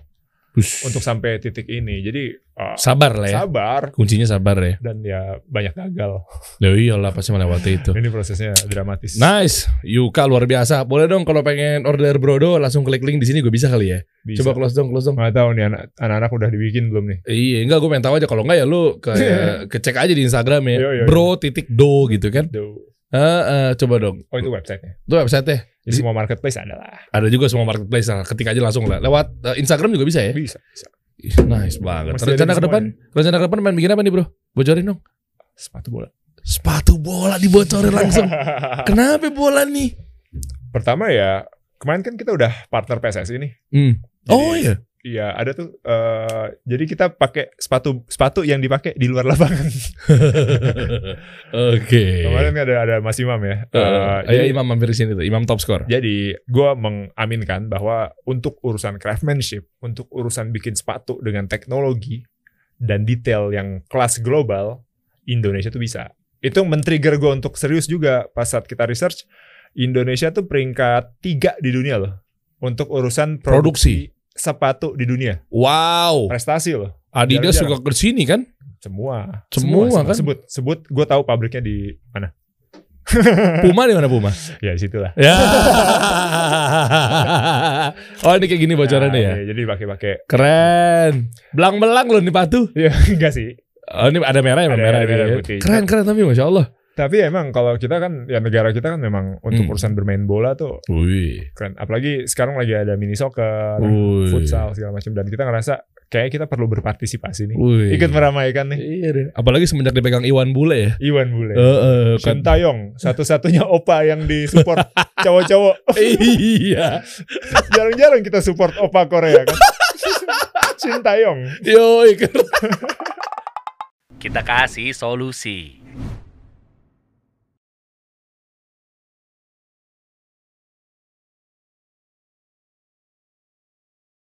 Ush.
untuk sampai titik ini. Jadi uh,
sabar lah ya.
sabar
Kuncinya sabar ya.
dan ya banyak gagal.
Ya iyalah pasti melewati itu.
Ini prosesnya dramatis.
Nice, Yuka luar biasa. Boleh dong kalau pengen order Brodo langsung klik link di sini gue bisa kali ya.
Bisa.
Coba close dong, close dong.
nggak tahu nih anak- anak-anak udah dibikin belum nih.
Iya, enggak gue pengen tahu aja kalau enggak ya lu ke kecek aja di Instagram ya.
Iya, iya,
Bro titik do gitu kan.
Aduh.
Heeh, coba dong.
Oh itu websitenya.
Itu website-nya.
Jadi semua marketplace ada lah.
Ada juga semua marketplace nah, ketik aja langsung lah. Lewat eh, Instagram juga bisa ya.
Bisa. bisa.
Ih, nice banget.
Masih ada
Ah, rencana
di ya.
ke depan, rencana ke depan main bikin apa nih, Bro? Bocorin dong.
Sepatu bola.
Sepatu bola dibocorin langsung. Kenapa bola nih?
Pertama ya kemarin kan kita udah partner PSSI nih.
Hmm. Oh
Jadi-
iya.
Iya, ada tuh. eh jadi kita pakai sepatu sepatu yang dipakai di luar lapangan.
Oke.
Kemarin kan ada ada Mas Imam ya. Eh,
Eh,
jadi,
iya, Imam mampir sini tuh, Imam top score.
jadi gue mengaminkan bahwa untuk urusan craftsmanship, untuk urusan bikin sepatu dengan teknologi dan detail yang kelas global, Indonesia tuh bisa. Itu men-trigger gue untuk serius juga pas saat kita research. Indonesia tuh peringkat tiga di dunia loh untuk urusan produksi, sepatu di dunia.
Wow.
Prestasi loh.
Adidas
Jarang-jarang.
suka ke sini kan?
Semua.
Semua, kan?
Sebut, sebut. Gue tahu pabriknya di mana.
Puma di mana Puma?
Ya di situ lah.
Ya. oh ini kayak gini
Nah,
bocorannya ya.
iya, Jadi pakai-pakai.
Keren. Belang-belang loh nih patuh.
Ya enggak sih.
Oh, ini ada merah ya,
Ada-
merah,
ada merah
ini ya.
putih.
Keren keren tapi masya Allah.
Tapi emang kalau kita kan, ya negara kita kan memang untuk
Hmm.
urusan bermain bola tuh
Wih.
keren. Apalagi sekarang lagi ada mini soccer,
Wih.
futsal segala macam. Dan kita ngerasa kayak kita perlu berpartisipasi nih.
Wih.
Ikut meramaikan nih.
Iya deh. Apalagi semenjak dipegang Iwan Bule ya.
Iwan Bule.
Eh, eh, kan.
Sintayong, satu-satunya opa yang disupport cowok-cowok.
iya.
Jarang-jarang kita support opa Korea kan. Sintayong.
Yo, keren.
Kita kasih solusi.